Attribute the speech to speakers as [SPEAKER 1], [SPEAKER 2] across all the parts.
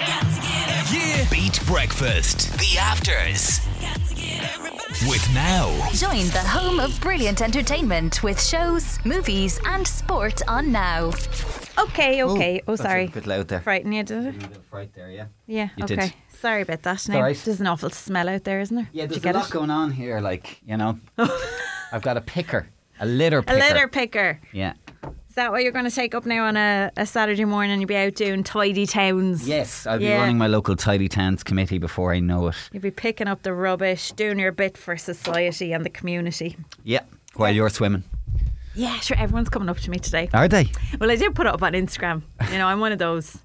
[SPEAKER 1] Yeah. Beat breakfast. The afters. With now.
[SPEAKER 2] Join the home of brilliant entertainment with shows, movies, and sport on Now.
[SPEAKER 3] Okay, okay.
[SPEAKER 4] that's
[SPEAKER 3] oh, sorry.
[SPEAKER 4] A bit loud there.
[SPEAKER 3] Frighten you, did it?
[SPEAKER 4] Right there, yeah.
[SPEAKER 3] Yeah,
[SPEAKER 4] You
[SPEAKER 3] okay.
[SPEAKER 4] did.
[SPEAKER 3] Sorry about that. Now,
[SPEAKER 4] alright.
[SPEAKER 3] There's an awful smell out there, isn't there?
[SPEAKER 4] Yeah,
[SPEAKER 3] Did
[SPEAKER 4] there's
[SPEAKER 3] you
[SPEAKER 4] a
[SPEAKER 3] get
[SPEAKER 4] lot
[SPEAKER 3] it?
[SPEAKER 4] going on here, like, you know. I've got a picker, a litter
[SPEAKER 3] A
[SPEAKER 4] picker.
[SPEAKER 3] litter picker.
[SPEAKER 4] Yeah.
[SPEAKER 3] Is that what you're going to take up now on a, a Saturday morning? You'll be out doing tidy towns.
[SPEAKER 4] Yes, I'll
[SPEAKER 3] Yeah.
[SPEAKER 4] be running my local Tidy Tans committee before I know it.
[SPEAKER 3] You'll be picking up the rubbish, doing your bit for society and the community.
[SPEAKER 4] Yeah, while you're swimming.
[SPEAKER 3] Yeah, sure. Everyone's coming up to me today.
[SPEAKER 4] Are they?
[SPEAKER 3] Well, I did put it up on Instagram. You know, I'm one of those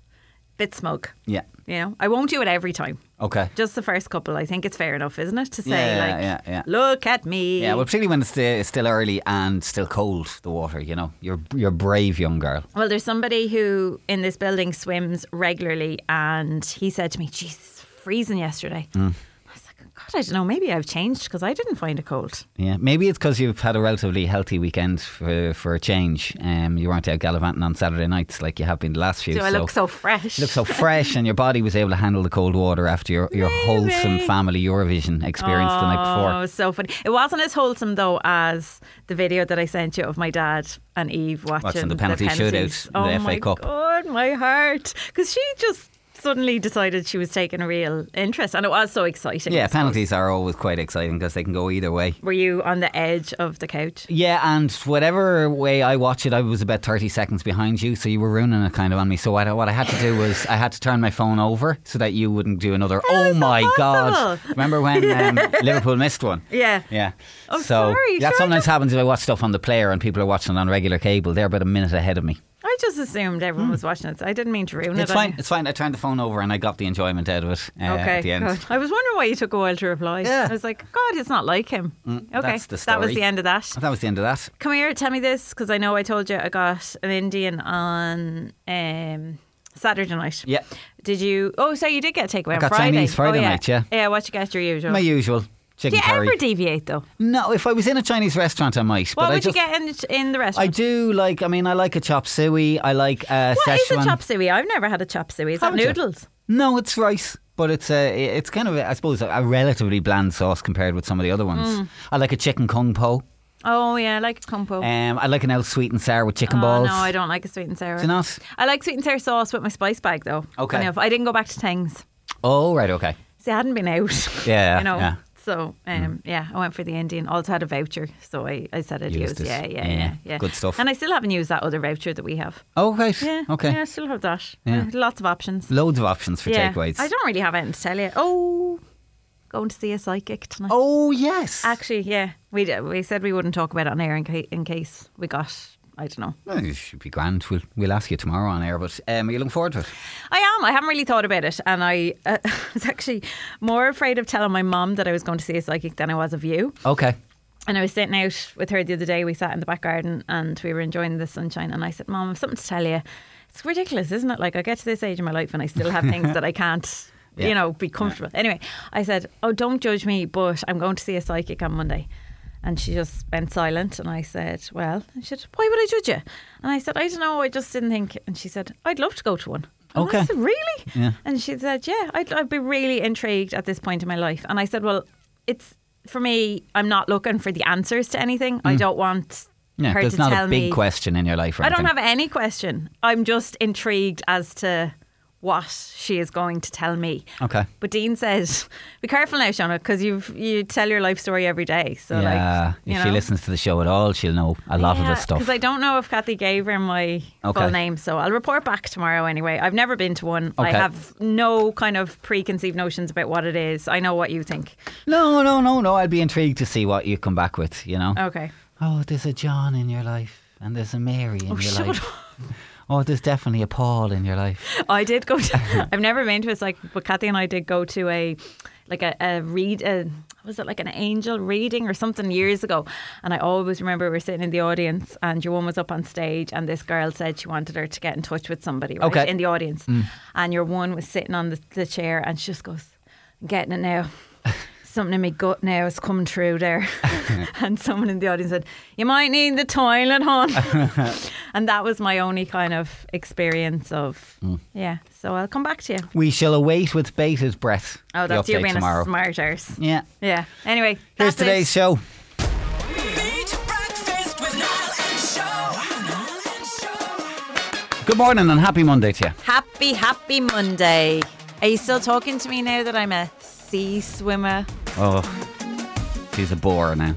[SPEAKER 3] bit smug.
[SPEAKER 4] Yeah.
[SPEAKER 3] You know, I won't do it every time.
[SPEAKER 4] Okay.
[SPEAKER 3] Just the first couple. I think it's fair enough, isn't it? To say,
[SPEAKER 4] Yeah,
[SPEAKER 3] like,
[SPEAKER 4] yeah, yeah.
[SPEAKER 3] look at me.
[SPEAKER 4] Yeah, well, particularly when it's still, it's still early and still cold, the water, you know. You're, you're a brave young girl.
[SPEAKER 3] Well, there's somebody who in this building swims regularly, and he said to me, "Jeez, it's freezing yesterday."
[SPEAKER 4] Hmm.
[SPEAKER 3] I was like, "God, I don't know. Maybe I've changed because I didn't find it cold."
[SPEAKER 4] Yeah, maybe it's because you've had a relatively healthy weekend for, for a change. Um, you weren't out gallivanting on Saturday nights like you have been the last few.
[SPEAKER 3] Do I look so fresh?
[SPEAKER 4] You look so fresh, and your body was able to handle the cold water after your, your wholesome family Eurovision experience the night
[SPEAKER 3] Oh,
[SPEAKER 4] before.
[SPEAKER 3] so funny. It wasn't as wholesome though as the video that I sent you of my dad and Eve watching,
[SPEAKER 4] the penalty
[SPEAKER 3] penalties.
[SPEAKER 4] shootout in
[SPEAKER 3] Oh
[SPEAKER 4] the FA
[SPEAKER 3] my
[SPEAKER 4] Cup.
[SPEAKER 3] god, my heart! Because she just suddenly decided she was taking a real interest, and it was so exciting.
[SPEAKER 4] Yeah,
[SPEAKER 3] I suppose.
[SPEAKER 4] penalties are always quite exciting because they can go either way.
[SPEAKER 3] Were you on the edge of the couch?
[SPEAKER 4] Yeah, and whatever way I watch it, I was about 30 seconds behind you, so you were ruining it kind of on me. So what I, what I had to do was I had to turn my phone over so that you wouldn't do another, oh
[SPEAKER 3] is that
[SPEAKER 4] my God.
[SPEAKER 3] possible?
[SPEAKER 4] Remember when um, Liverpool missed one?
[SPEAKER 3] Yeah.
[SPEAKER 4] Yeah.
[SPEAKER 3] Oh,
[SPEAKER 4] so
[SPEAKER 3] sorry, sure, I
[SPEAKER 4] That sometimes happens if I watch stuff on the player and people are watching it on regular cable. They're about a minute ahead of me. I
[SPEAKER 3] just assumed everyone was watching it. So I didn't mean to ruin
[SPEAKER 4] Hmm. It's
[SPEAKER 3] it.
[SPEAKER 4] fine. It's fine. I turned the phone over and I got the enjoyment out of it uh,
[SPEAKER 3] okay.
[SPEAKER 4] at the end.
[SPEAKER 3] good. I was wondering why you took a while to reply.
[SPEAKER 4] Yeah.
[SPEAKER 3] I was like, God, it's not like him. okay.
[SPEAKER 4] Mm, that's the
[SPEAKER 3] That was
[SPEAKER 4] story.
[SPEAKER 3] the end of that.
[SPEAKER 4] That was the end of that.
[SPEAKER 3] Come here, tell me this because I know I told you I got an Indian on um, Saturday night.
[SPEAKER 4] Yeah.
[SPEAKER 3] Did you? Oh, so you did get a takeaway on
[SPEAKER 4] got
[SPEAKER 3] Friday.
[SPEAKER 4] Chinese Friday
[SPEAKER 3] oh, yeah.
[SPEAKER 4] night, yeah.
[SPEAKER 3] Yeah. What you get your usual?
[SPEAKER 4] My usual
[SPEAKER 3] do
[SPEAKER 4] chicken
[SPEAKER 3] you
[SPEAKER 4] curry.
[SPEAKER 3] ever deviate though?
[SPEAKER 4] no, if I was in a Chinese restaurant, I might.
[SPEAKER 3] What
[SPEAKER 4] but I
[SPEAKER 3] would
[SPEAKER 4] just,
[SPEAKER 3] you get in, in the
[SPEAKER 4] I
[SPEAKER 3] restaurant?
[SPEAKER 4] do like. I mean, I like a chop suey. I like a
[SPEAKER 3] What is
[SPEAKER 4] Szechuan.
[SPEAKER 3] a chop suey? I've never had a chop suey. Is that
[SPEAKER 4] Haven't you?
[SPEAKER 3] noodles?
[SPEAKER 4] No, it's rice, but it's a. It's kind of, a, I suppose, a relatively bland sauce compared with some of the other ones. I like a chicken kung po.
[SPEAKER 3] Mm. Oh yeah, I like a compo.
[SPEAKER 4] Um, I like an old sweet and sour with chicken
[SPEAKER 3] Oh,
[SPEAKER 4] balls.
[SPEAKER 3] No, I don't like a sweet and sour.
[SPEAKER 4] Do you not?
[SPEAKER 3] I like sweet and sour sauce with my spice bag though.
[SPEAKER 4] Okay.
[SPEAKER 3] Funny enough, I didn't go back to Tings.
[SPEAKER 4] Oh, right, okay.
[SPEAKER 3] See, I hadn't been out.
[SPEAKER 4] Yeah,
[SPEAKER 3] you know.
[SPEAKER 4] yeah. Mm-hmm.
[SPEAKER 3] So um, yeah, I went for the Indian. Also had a voucher, so I, I said I'd
[SPEAKER 4] Used
[SPEAKER 3] use.
[SPEAKER 4] it.
[SPEAKER 3] Yeah, yeah,
[SPEAKER 4] Yeah,
[SPEAKER 3] yeah, yeah,
[SPEAKER 4] good stuff.
[SPEAKER 3] And I still haven't used that other voucher that we have.
[SPEAKER 4] Oh, right.
[SPEAKER 3] Yeah.
[SPEAKER 4] Okay.
[SPEAKER 3] Yeah, I still have that.
[SPEAKER 4] Yeah.
[SPEAKER 3] Uh, Lots of options.
[SPEAKER 4] Loads of options for
[SPEAKER 3] yeah.
[SPEAKER 4] takeaways.
[SPEAKER 3] I don't really have anything to tell you. Oh, going to see a psychic tonight.
[SPEAKER 4] Oh yes.
[SPEAKER 3] Actually, yeah, we d- we said we wouldn't talk about it on air in, ca- in case we got I don't know
[SPEAKER 4] No, it should be grand. We'll we'll ask you tomorrow on air. But um, are you looking forward to it?
[SPEAKER 3] I am. I haven't really thought about it, and I uh, was actually more afraid of telling my mum that I was going to see a psychic than I was of you.
[SPEAKER 4] Okay.
[SPEAKER 3] And I was sitting out with her the other day. We sat in the back garden and we were enjoying the sunshine. And I said, "Mom, I've something to tell you. It's ridiculous, isn't it? Like I get to this age in my life and I still have things that I can't."
[SPEAKER 4] Yeah.
[SPEAKER 3] You know, be comfortable. Anyway, I said, Oh, don't judge me, but I'm going to see a psychic on Monday. And she just went silent. And I said, Well, and she said, Why would I judge you? And I said, I don't know. I just didn't think. And she said, I'd love to go to one. And
[SPEAKER 4] Okay.
[SPEAKER 3] I said, Really?
[SPEAKER 4] Yeah.
[SPEAKER 3] And she said, Yeah, I'd, I'd be really intrigued at this point in my life. And I said, Well, it's for me, I'm not looking for the answers to anything. I don't want
[SPEAKER 4] Mm. Yeah.
[SPEAKER 3] her
[SPEAKER 4] There's
[SPEAKER 3] to
[SPEAKER 4] not
[SPEAKER 3] tell
[SPEAKER 4] a big
[SPEAKER 3] me.
[SPEAKER 4] question in your life. Or
[SPEAKER 3] I don't
[SPEAKER 4] anything.
[SPEAKER 3] have any question. I'm just intrigued as to what she is going to tell me.
[SPEAKER 4] Okay.
[SPEAKER 3] But Dean says, "Be careful now, Shona, because you you tell your life story every day. So
[SPEAKER 4] yeah.
[SPEAKER 3] like, you
[SPEAKER 4] if
[SPEAKER 3] know.
[SPEAKER 4] she listens to the show at all, she'll know a lot of the stuff.
[SPEAKER 3] Because I don't know if Kathy gave her my
[SPEAKER 4] Okay.
[SPEAKER 3] full name, so I'll report back tomorrow anyway. I've never been to one. I
[SPEAKER 4] Okay.
[SPEAKER 3] have no kind of preconceived notions about what it is. I know what you think.
[SPEAKER 4] No, no, no, no. I'd be intrigued to see what you come back with, you know?
[SPEAKER 3] Okay.
[SPEAKER 4] Oh, there's a John in your life, and there's a Mary in your
[SPEAKER 3] shut
[SPEAKER 4] life. Oh, there's definitely a Paul in your life.
[SPEAKER 3] I did go to. I've never been to a psychic, but Kathy and I did go to a like a, a read. A, was it like an angel reading or something years ago? And I always remember we were sitting in the audience, and your one was up on stage, and this girl said she wanted her to get in touch with somebody right,
[SPEAKER 4] Okay.
[SPEAKER 3] in the audience, and your one was sitting on the, the chair, and she just goes, "I'm "Getting it now." Something in my gut now is coming through there. and someone in the audience said, You might need the toilet, hon. and that was my only kind of experience of
[SPEAKER 4] Hmm.
[SPEAKER 3] yeah. So I'll come back to you.
[SPEAKER 4] We shall await with bated breath.
[SPEAKER 3] Oh,
[SPEAKER 4] the
[SPEAKER 3] that's you
[SPEAKER 4] update
[SPEAKER 3] being
[SPEAKER 4] tomorrow.
[SPEAKER 3] a smart arse.
[SPEAKER 4] yeah.
[SPEAKER 3] Yeah. Anyway,
[SPEAKER 4] Here's
[SPEAKER 3] that's
[SPEAKER 4] today's
[SPEAKER 3] it.
[SPEAKER 4] show.
[SPEAKER 5] Beat breakfast with Niall and Show. Niall and Show.
[SPEAKER 4] Good morning and happy Monday to you.
[SPEAKER 3] Happy, happy Monday. Are you still talking to me now that I'm a sea swimmer?
[SPEAKER 4] Oh, she's a bore now.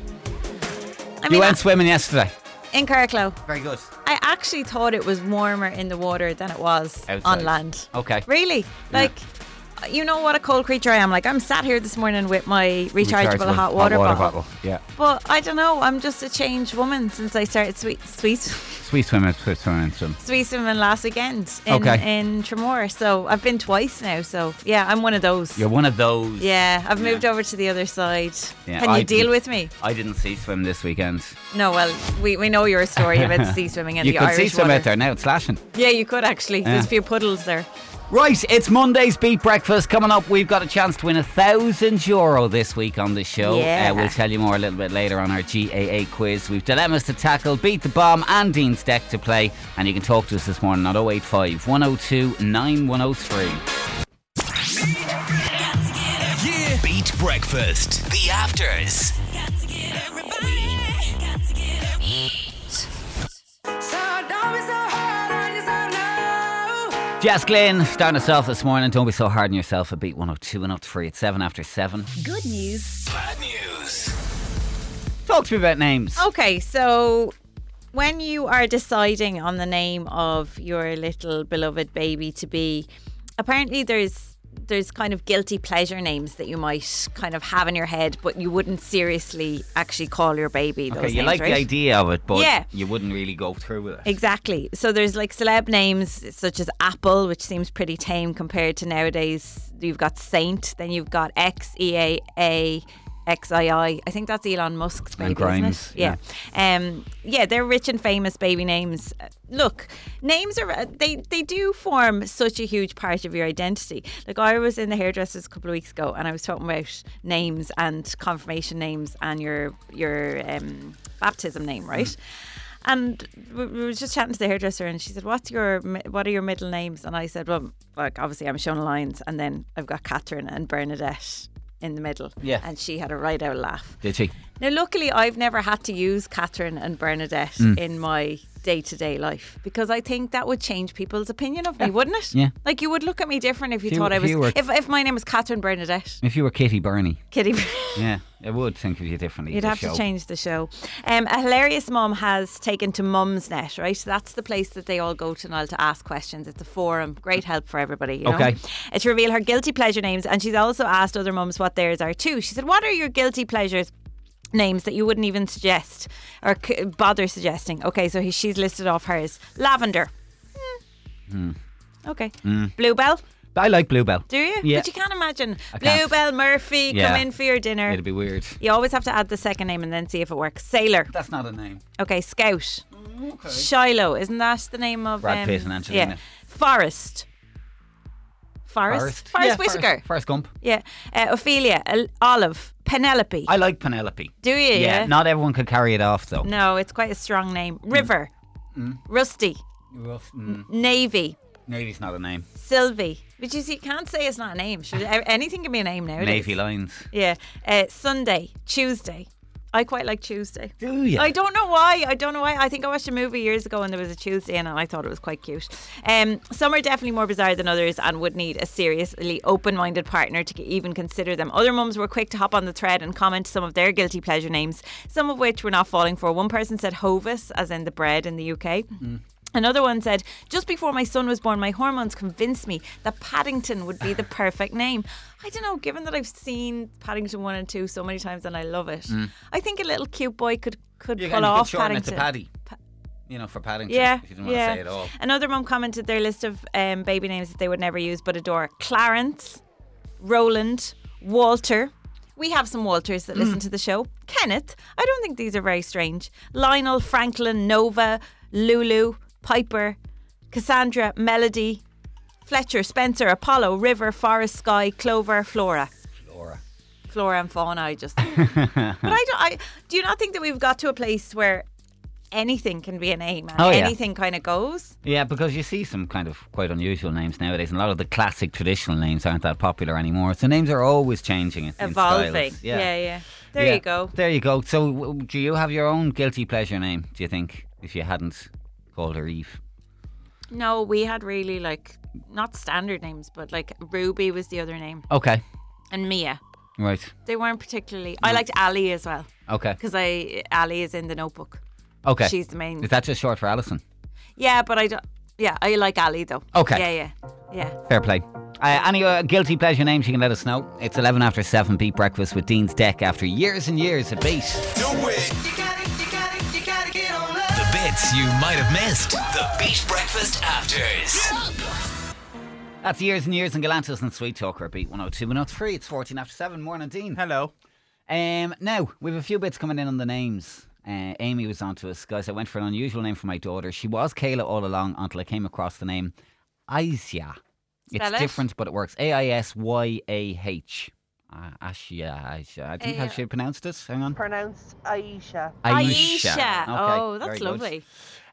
[SPEAKER 3] I
[SPEAKER 4] you
[SPEAKER 3] mean,
[SPEAKER 4] went swimming yesterday.
[SPEAKER 3] in Carclough,
[SPEAKER 4] Very good.
[SPEAKER 3] I actually thought it was warmer in the water than it was
[SPEAKER 4] Outside.
[SPEAKER 3] on land.
[SPEAKER 4] Okay.
[SPEAKER 3] Really? Like, you know what a cold creature I am. Like, I'm sat here this morning with my rechargeable,
[SPEAKER 4] Rechargeable
[SPEAKER 3] hot water, bottle.
[SPEAKER 4] Yeah.
[SPEAKER 3] But I don't know. I'm just a changed woman since I started sweet, sweet,
[SPEAKER 4] Sweet swimming, sweet swimming, swim.
[SPEAKER 3] sweet swimming last weekend in
[SPEAKER 4] Okay.
[SPEAKER 3] in Tremor. So I've been twice now. So yeah, I'm one of those.
[SPEAKER 4] You're one of those.
[SPEAKER 3] Yeah, I've moved over to the other side.
[SPEAKER 4] Yeah,
[SPEAKER 3] Can you
[SPEAKER 4] I
[SPEAKER 3] deal
[SPEAKER 4] did-
[SPEAKER 3] with me?
[SPEAKER 4] I didn't see swim this weekend.
[SPEAKER 3] No, well, we, we know your story about sea swimming and
[SPEAKER 4] you
[SPEAKER 3] the
[SPEAKER 4] could
[SPEAKER 3] Irish
[SPEAKER 4] see swim
[SPEAKER 3] water.
[SPEAKER 4] out there now. It's lashing.
[SPEAKER 3] Yeah, you could actually. There's
[SPEAKER 4] Yeah.
[SPEAKER 3] a few puddles there.
[SPEAKER 4] Right, it's Monday's Beat Breakfast. Coming up, we've got a chance to win a thousand euro this week on the show.
[SPEAKER 3] Yeah.
[SPEAKER 4] Uh, we'll tell you more a little bit later on our GAA quiz. We've dilemmas to tackle, beat the bomb, and Dean's deck to play. And you can talk to us this morning oh at 085 102 9103.
[SPEAKER 1] Yeah. Beat breakfast. The afters.
[SPEAKER 5] Got to get everybody. Got
[SPEAKER 6] Mm.
[SPEAKER 5] to get everybody. So don't be so hard on yourself now.
[SPEAKER 4] Jess Glynn, starting us off this morning. Don't be so hard on yourself at Beat 102 and 103 at 7 after 7.
[SPEAKER 2] Good news.
[SPEAKER 1] Bad news.
[SPEAKER 4] Talk to me about names.
[SPEAKER 3] Okay, so when you are deciding on the name of your little beloved baby to be, apparently there's there's kind of guilty pleasure names that you might kind of have in your head, but you wouldn't seriously actually call your baby. Oh, Those
[SPEAKER 4] Okay, you
[SPEAKER 3] names,
[SPEAKER 4] like the
[SPEAKER 3] right?
[SPEAKER 4] idea of it, but
[SPEAKER 3] Yeah.
[SPEAKER 4] you wouldn't really go through with it.
[SPEAKER 3] Exactly. So there's like celeb names such as Apple, which seems pretty tame compared to nowadays. You've got Saint, then you've got X E A A X I I. I think that's Elon Musk's baby,
[SPEAKER 4] Grimes,
[SPEAKER 3] isn't it? Yeah. Um, yeah, they're rich and famous baby names. Uh, Look, names are uh, they they do form such a huge part of your identity. Like I was in the hairdressers a couple of weeks ago, and I was talking about names and confirmation names and your your um, baptism name, right? And we we were just chatting to the hairdresser, and she said, "What's your mi- what are your middle names?" And I said, "Well, like obviously I'm Shona Lyons, and then I've got Catherine and Bernadette in the middle."
[SPEAKER 4] Yeah.
[SPEAKER 3] And she had a right out laugh.
[SPEAKER 4] Did she?
[SPEAKER 3] Now, luckily, I've never had to use Catherine and Bernadette
[SPEAKER 4] Mm.
[SPEAKER 3] in my day to day life because I think that would change people's opinion of me, wouldn't it?
[SPEAKER 4] Yeah.
[SPEAKER 3] Like you would look at me different if you
[SPEAKER 4] If you-
[SPEAKER 3] thought I
[SPEAKER 4] if
[SPEAKER 3] was
[SPEAKER 4] you were-
[SPEAKER 3] if if my name was Catherine Bernadette,
[SPEAKER 4] If you were Kitty Burney.
[SPEAKER 3] Kitty.
[SPEAKER 4] Yeah, I would think of you differently.
[SPEAKER 3] You'd
[SPEAKER 4] the
[SPEAKER 3] have
[SPEAKER 4] show.
[SPEAKER 3] to change the show. Um, a hilarious mum has taken to Mum's Net, right? So that's the place that they all go to now to ask questions. It's a forum, great help for everybody. You
[SPEAKER 4] Okay.
[SPEAKER 3] Know? Uh, To reveal her guilty pleasure names, and she's also asked other mums what theirs are too. She said, "What are your guilty pleasures?" Names that you wouldn't even suggest or c- bother suggesting. Okay, so he, she's listed off hers: lavender. Hmm. Okay.
[SPEAKER 4] Mm.
[SPEAKER 3] Bluebell.
[SPEAKER 4] I like Bluebell.
[SPEAKER 3] Do you?
[SPEAKER 4] Yeah.
[SPEAKER 3] But you can't imagine
[SPEAKER 4] can't.
[SPEAKER 3] Bluebell Murphy
[SPEAKER 4] Yeah.
[SPEAKER 3] come in for your dinner.
[SPEAKER 4] It'd be weird.
[SPEAKER 3] You always have to add the second name and then see if it works. Sailor.
[SPEAKER 4] That's not a name. Mm,
[SPEAKER 3] Okay, Scout. Shiloh. Isn't that the name of um,
[SPEAKER 4] Brad Pitt and Angelina.
[SPEAKER 3] Yeah. Forrest.
[SPEAKER 4] Forrest.
[SPEAKER 3] Forrest? Forrest
[SPEAKER 4] Yeah,
[SPEAKER 3] Whitaker.
[SPEAKER 4] Forrest, Forrest Gump.
[SPEAKER 3] Yeah. Uh, Ophelia. Al- Olive. Penelope.
[SPEAKER 4] I like Penelope.
[SPEAKER 3] Do you?
[SPEAKER 4] Yeah,
[SPEAKER 3] yeah?
[SPEAKER 4] not everyone could carry it off though.
[SPEAKER 3] No, it's quite a strong name.
[SPEAKER 4] Mm.
[SPEAKER 3] River. Rusty.
[SPEAKER 4] Rough- mm,
[SPEAKER 3] Navy.
[SPEAKER 4] Navy's not a name.
[SPEAKER 3] Sylvie. Which is, you can't say it's not a name. Should, anything can be a name nowadays.
[SPEAKER 4] Navy lines.
[SPEAKER 3] Yeah. Uh, Sunday. Tuesday. I quite like Tuesday.
[SPEAKER 4] Do you?
[SPEAKER 3] I don't know why. I don't know why. I think I watched a movie years ago and there was a Tuesday in it and I thought it was quite cute. Um, some are definitely more bizarre than others and would need a seriously open minded partner to even consider them. Other mums were quick to hop on the thread and comment some of their guilty pleasure names, some of which were not falling for. One person said Hovis, as in the bread in the UK. Another one said, just before my son was born, my hormones convinced me that Paddington would be the perfect name. I don't know, given that I've seen Paddington 1 and 2 so many times and I love it, I think a little cute boy could, could
[SPEAKER 4] You
[SPEAKER 3] pull
[SPEAKER 4] can, Mm. you can
[SPEAKER 3] off
[SPEAKER 4] shorten it
[SPEAKER 3] Paddington.
[SPEAKER 4] to Paddy. You know, for Paddington.
[SPEAKER 3] Yeah.
[SPEAKER 4] If you didn't want
[SPEAKER 3] yeah.
[SPEAKER 4] to say it all.
[SPEAKER 3] Another mum commented their list of um, baby names that they would never use but adore Clarence, Roland, Walter. We have some Walters
[SPEAKER 4] Hmm.
[SPEAKER 3] that listen to the show. Kenneth. I don't think these are very strange. Lionel, Franklin, Nova, Lulu, Piper, Cassandra, Melody, Fletcher, Spencer, Apollo, River, Forest, Sky, Clover, Flora.
[SPEAKER 4] Laura.
[SPEAKER 3] Flora and fauna, I just. but I don't. I, do you not think that we've got to a place where anything can be a name. And
[SPEAKER 4] Oh, yeah.
[SPEAKER 3] Anything kind of goes.
[SPEAKER 4] Yeah, because you see some kind of quite unusual names nowadays, and a lot of the classic traditional names aren't that popular anymore. So names are always changing, in- in
[SPEAKER 3] Evolving.
[SPEAKER 4] styles.
[SPEAKER 3] Yeah, yeah. There
[SPEAKER 4] Yeah.
[SPEAKER 3] you go.
[SPEAKER 4] There you go. So, w- do you have your own guilty pleasure name? Do you think if you hadn't called her Eve?
[SPEAKER 3] No, we had really like not standard names, but like Ruby was the other name
[SPEAKER 4] Okay.
[SPEAKER 3] and Mia.
[SPEAKER 4] Right.
[SPEAKER 3] They weren't particularly. I liked Ali as well
[SPEAKER 4] Okay.
[SPEAKER 3] because I Ali is in the Notebook.
[SPEAKER 4] Okay.
[SPEAKER 3] She's the main.
[SPEAKER 4] Is that just short for Alison?
[SPEAKER 3] yeah, but I don't. Yeah, I like Ali though.
[SPEAKER 4] Okay.
[SPEAKER 3] Yeah, yeah, yeah.
[SPEAKER 4] Fair play. Uh, any uh, guilty pleasure names you can let us know. It's 11 after 7 Beat Breakfast with Dean's Deck after years and years at Beat.
[SPEAKER 1] The bits you might have missed. The Beat Breakfast Afters.
[SPEAKER 4] That's years and years in Galantis and Sweet Talker at Beat 102 103. It's 14 after 7. Morning, Dean.
[SPEAKER 6] Hello.
[SPEAKER 4] Um, now, we have a few bits coming in on the names. Uh, Amy was on to us, guys. I went for an unusual name for my daughter. She was Kayla all along until I came across the name Aisya. It's
[SPEAKER 3] Spell it.
[SPEAKER 4] different, but it works. A I S Y A H. Uh, Aisya, Aisya. I think how she pronounced it. Hang on.
[SPEAKER 7] pronounced Aisha.
[SPEAKER 4] Aisha. Okay,
[SPEAKER 3] oh,
[SPEAKER 4] very
[SPEAKER 3] that's
[SPEAKER 4] good.
[SPEAKER 3] lovely.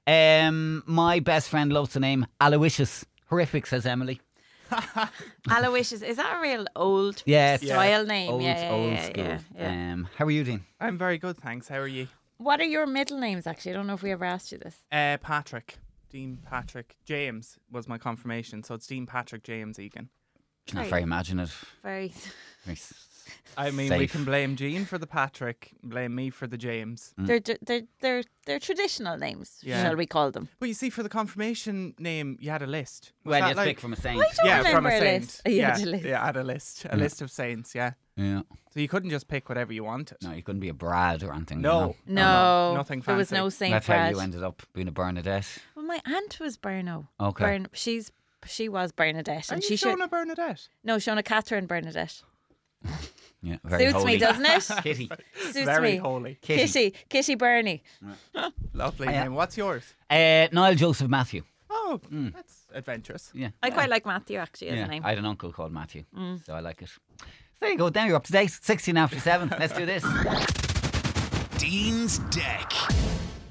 [SPEAKER 4] Um, my best friend loves the name Aloysius. Horrific, says Emily.
[SPEAKER 3] Aloysius. Is that a real old
[SPEAKER 4] Yeah, it's
[SPEAKER 3] style name?
[SPEAKER 4] Old,
[SPEAKER 3] yeah, yeah,
[SPEAKER 4] old
[SPEAKER 3] yeah,
[SPEAKER 4] school.
[SPEAKER 3] yeah, yeah.
[SPEAKER 4] Um, how are you doing?
[SPEAKER 6] I'm very good, thanks. How are you?
[SPEAKER 3] What are your middle names, actually? I don't know if we ever asked you this.
[SPEAKER 6] Uh, Patrick. Dean Patrick James was my confirmation, so it's Dean Patrick James Egan.
[SPEAKER 4] It's not very imaginative.
[SPEAKER 3] Very.
[SPEAKER 4] Very s-
[SPEAKER 6] I mean, we
[SPEAKER 4] Safe.
[SPEAKER 6] can blame Jean for the Patrick, blame me for the James.
[SPEAKER 4] Mm.
[SPEAKER 3] They're, they're, they're, they're traditional names,
[SPEAKER 6] Yeah.
[SPEAKER 3] shall we call them?
[SPEAKER 6] But you see, for the confirmation name, you had a list. Was
[SPEAKER 4] Well,
[SPEAKER 6] that
[SPEAKER 4] you
[SPEAKER 6] like-
[SPEAKER 4] pick from a saint.
[SPEAKER 3] don't
[SPEAKER 6] yeah, from
[SPEAKER 3] remember
[SPEAKER 6] a
[SPEAKER 3] a
[SPEAKER 6] saint.
[SPEAKER 3] list. Oh, You
[SPEAKER 6] yeah,
[SPEAKER 3] had a list.
[SPEAKER 6] yeah, I had a list, a list of saints. Yeah,
[SPEAKER 4] Yeah.
[SPEAKER 6] so you couldn't just pick whatever you wanted.
[SPEAKER 4] No, you couldn't be a Brad or anything. you know.
[SPEAKER 6] No.
[SPEAKER 3] No,
[SPEAKER 6] nothing
[SPEAKER 3] There was
[SPEAKER 6] fancy.
[SPEAKER 3] no Saint
[SPEAKER 4] That's
[SPEAKER 3] Brad.
[SPEAKER 4] how you ended up being a Bernadette.
[SPEAKER 3] Well, my aunt was Berno.
[SPEAKER 4] Okay.
[SPEAKER 3] Bern, she's she was Bernadette,
[SPEAKER 6] Are
[SPEAKER 3] and
[SPEAKER 6] you
[SPEAKER 3] she should
[SPEAKER 6] Shona Bernadette?
[SPEAKER 3] no Shona Catherine Bernadette.
[SPEAKER 4] Yeah, very
[SPEAKER 3] Suits
[SPEAKER 4] holy.
[SPEAKER 3] me, doesn't it?
[SPEAKER 4] Kitty.
[SPEAKER 3] Suits
[SPEAKER 6] Very
[SPEAKER 3] me.
[SPEAKER 6] holy,
[SPEAKER 3] Kitty, Kitty Bernie.
[SPEAKER 6] lovely
[SPEAKER 4] yeah.
[SPEAKER 6] name. What's yours?
[SPEAKER 4] Uh, Niall Joseph Matthew.
[SPEAKER 6] Oh, that's adventurous.
[SPEAKER 4] Yeah.
[SPEAKER 3] I quite like Matthew actually as
[SPEAKER 4] yeah.
[SPEAKER 3] a name.
[SPEAKER 4] I had an uncle called Matthew,
[SPEAKER 3] Mm.
[SPEAKER 4] so I like it. So there you go. Now you're up to date. 16 after 7. Let's do this.
[SPEAKER 1] Dean's Deck.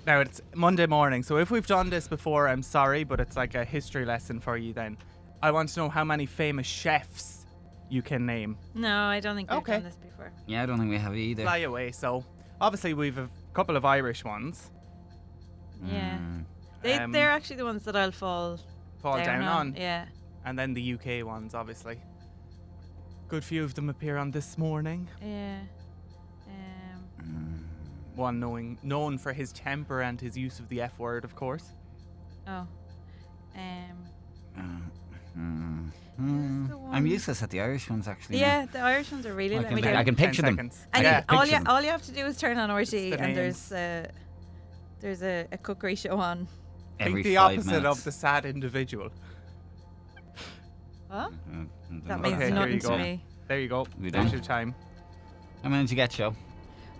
[SPEAKER 6] Now it's Monday morning, so if we've done this before, I'm sorry, but it's like a history lesson for you. Then, I want to know how many famous chefs you can name.
[SPEAKER 3] no, I don't think we've
[SPEAKER 6] Okay.
[SPEAKER 3] done this before.
[SPEAKER 4] Yeah, I don't think we have either.
[SPEAKER 6] Fly away. So, obviously, we've a couple of Irish ones.
[SPEAKER 3] Yeah, they
[SPEAKER 6] Um,
[SPEAKER 3] they're actually the ones that I'll fall
[SPEAKER 6] Fall down, on.
[SPEAKER 3] Yeah,
[SPEAKER 6] and then the UK ones, obviously. Good few of them appear on this morning.
[SPEAKER 3] yeah. Um,
[SPEAKER 4] Mm.
[SPEAKER 6] One knowing known for his temper and his use of the F word, of course.
[SPEAKER 3] oh, um, who's the
[SPEAKER 4] I'm
[SPEAKER 3] one-
[SPEAKER 4] useless at the Irish ones, actually. now.
[SPEAKER 3] Yeah, the Irish ones are really.
[SPEAKER 4] I
[SPEAKER 3] let
[SPEAKER 4] can,
[SPEAKER 3] me
[SPEAKER 4] pic-
[SPEAKER 3] down.
[SPEAKER 4] I can picture
[SPEAKER 6] 10
[SPEAKER 4] them.
[SPEAKER 6] seconds.
[SPEAKER 4] I can
[SPEAKER 3] And
[SPEAKER 6] Yeah.
[SPEAKER 3] all
[SPEAKER 4] picture
[SPEAKER 3] you
[SPEAKER 4] them.
[SPEAKER 3] all you have to do is turn on RT,
[SPEAKER 6] the
[SPEAKER 3] and
[SPEAKER 6] names.
[SPEAKER 3] there's uh, there's a, a cookery show on.
[SPEAKER 4] Every
[SPEAKER 6] Think the
[SPEAKER 4] five
[SPEAKER 6] opposite
[SPEAKER 4] minutes.
[SPEAKER 6] of the sad individual.
[SPEAKER 3] Huh?
[SPEAKER 4] Mm, mm,
[SPEAKER 3] That
[SPEAKER 4] mm, mm, mm,
[SPEAKER 6] Okay,
[SPEAKER 3] means
[SPEAKER 6] here
[SPEAKER 3] nothing
[SPEAKER 6] you
[SPEAKER 4] mm,
[SPEAKER 3] to
[SPEAKER 6] go.
[SPEAKER 4] mm.
[SPEAKER 3] me.
[SPEAKER 6] There you go.
[SPEAKER 4] We
[SPEAKER 6] There's
[SPEAKER 4] done?
[SPEAKER 6] your time.
[SPEAKER 4] How many did you get, Joe?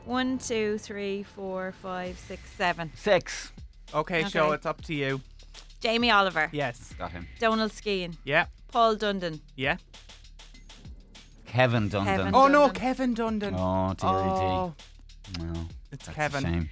[SPEAKER 3] One, two, three, four, five, six, seven.
[SPEAKER 4] Six.
[SPEAKER 6] Okay,
[SPEAKER 3] Okay.
[SPEAKER 6] show it's up to you.
[SPEAKER 3] Jamie Oliver,
[SPEAKER 6] Yes.
[SPEAKER 4] Got him.
[SPEAKER 3] Donald Skeen,
[SPEAKER 6] Yeah.
[SPEAKER 3] Paul Dundon.
[SPEAKER 6] Yeah.
[SPEAKER 4] Kevin Dundon.
[SPEAKER 3] Kevin.
[SPEAKER 6] Oh no,
[SPEAKER 3] Dundon.
[SPEAKER 6] Kevin Dundon.
[SPEAKER 4] Oh, dearie
[SPEAKER 6] Oh,
[SPEAKER 4] dee. Well,
[SPEAKER 6] it's
[SPEAKER 4] that's
[SPEAKER 6] Kevin.
[SPEAKER 4] a shame.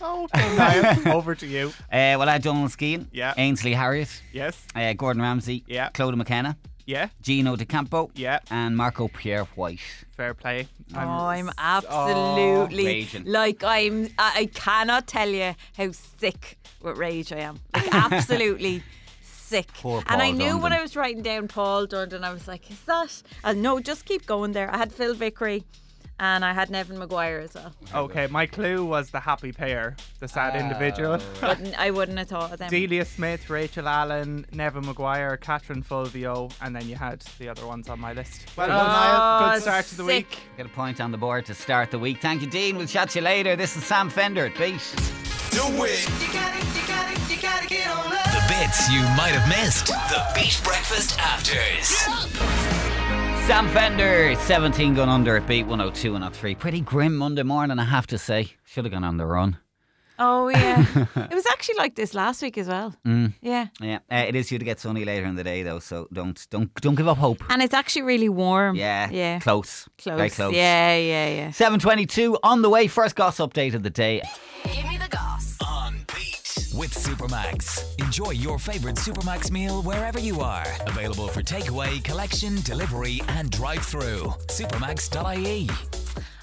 [SPEAKER 6] Oh, okay,
[SPEAKER 3] Um.
[SPEAKER 6] Niall, over to you.
[SPEAKER 4] Uh, well, I had Donald Skeen.
[SPEAKER 6] Yeah.
[SPEAKER 4] Ainsley Harriott.
[SPEAKER 6] Yes.
[SPEAKER 4] Uh, Gordon Ramsay.
[SPEAKER 6] Yeah.
[SPEAKER 4] Clodagh McKenna.
[SPEAKER 6] Yeah.
[SPEAKER 4] Gino De Campo.
[SPEAKER 6] Yeah.
[SPEAKER 4] And Marco Pierre White.
[SPEAKER 6] Fair play.
[SPEAKER 3] Oh, I'm
[SPEAKER 6] s-
[SPEAKER 3] absolutely
[SPEAKER 4] oh, raging.
[SPEAKER 3] like I'm. I I cannot tell you how sick with rage I am. Like absolutely sick.
[SPEAKER 4] Poor
[SPEAKER 3] and I
[SPEAKER 4] Paul
[SPEAKER 3] knew when
[SPEAKER 4] Dundon.
[SPEAKER 3] I was writing down Paul Dundon, I was like, "Is that?" And no, just keep going there. I had Phil Vickery, and I had Nevin Maguire as well.
[SPEAKER 6] Okay, my clue was the happy pair, the sad individual.
[SPEAKER 3] But I wouldn't have thought of them.
[SPEAKER 6] Delia Smith, Rachel Allen, Nevin Maguire, Catherine Fulvio, and then you had the other ones on my list. Well done, Niall.
[SPEAKER 3] Oh,
[SPEAKER 6] Good start to the
[SPEAKER 3] sick.
[SPEAKER 6] week.
[SPEAKER 4] Get a point on the board to start the week. Thank you, Dean. We'll chat to you later. This is Sam Fender at Beat.
[SPEAKER 1] The bits you might have missed. The Beat Breakfast Afters.
[SPEAKER 4] Sam Fender, 17 gone under at Beat 102 and 103. Pretty grim Monday morning, I have to say. Should have gone on the run.
[SPEAKER 3] Oh yeah, it was actually like this last week as well. Yeah,
[SPEAKER 4] Mm, Yeah, uh, it is due to get sunny later in the day though, so don't don't don't give up hope.
[SPEAKER 3] and it's actually really warm.
[SPEAKER 4] Yeah,
[SPEAKER 3] yeah,
[SPEAKER 4] close,
[SPEAKER 3] close.
[SPEAKER 4] very close.
[SPEAKER 3] Yeah, yeah, yeah.
[SPEAKER 4] seven twenty-two on the way. First goss update of the day.
[SPEAKER 2] Give me the goss.
[SPEAKER 1] On with Supermax. Enjoy your favorite Supermax meal wherever you are. Available for takeaway, collection, delivery, and drive-through. Supermax.ie.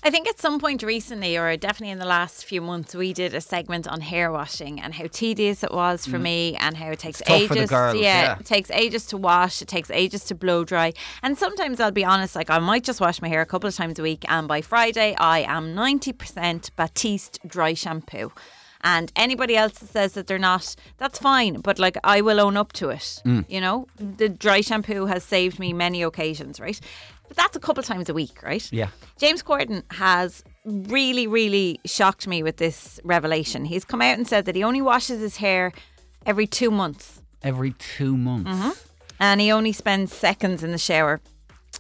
[SPEAKER 3] I think at some point recently, or definitely in the last few months, we did a segment on hair washing and how tedious it was for me, and how it takes
[SPEAKER 4] Mm. tough
[SPEAKER 3] ages.
[SPEAKER 4] for the girls, yeah.
[SPEAKER 3] it takes ages to wash. It takes ages to blow dry. And sometimes I'll be honest, like I might just wash my hair a couple of times a week, and by Friday I am ninety percent Batiste dry shampoo. And anybody else that says that they're not, that's fine. But like, I will own up to it.
[SPEAKER 4] Mm.
[SPEAKER 3] You know, the dry shampoo has saved me many occasions, right? But that's a couple times a week, right?
[SPEAKER 4] Yeah.
[SPEAKER 3] James Corden has really, really shocked me with this revelation. He's come out and said that he only washes his hair every two months Mm-hmm.
[SPEAKER 4] Every two months.
[SPEAKER 3] Mm. and he only spends seconds in the shower.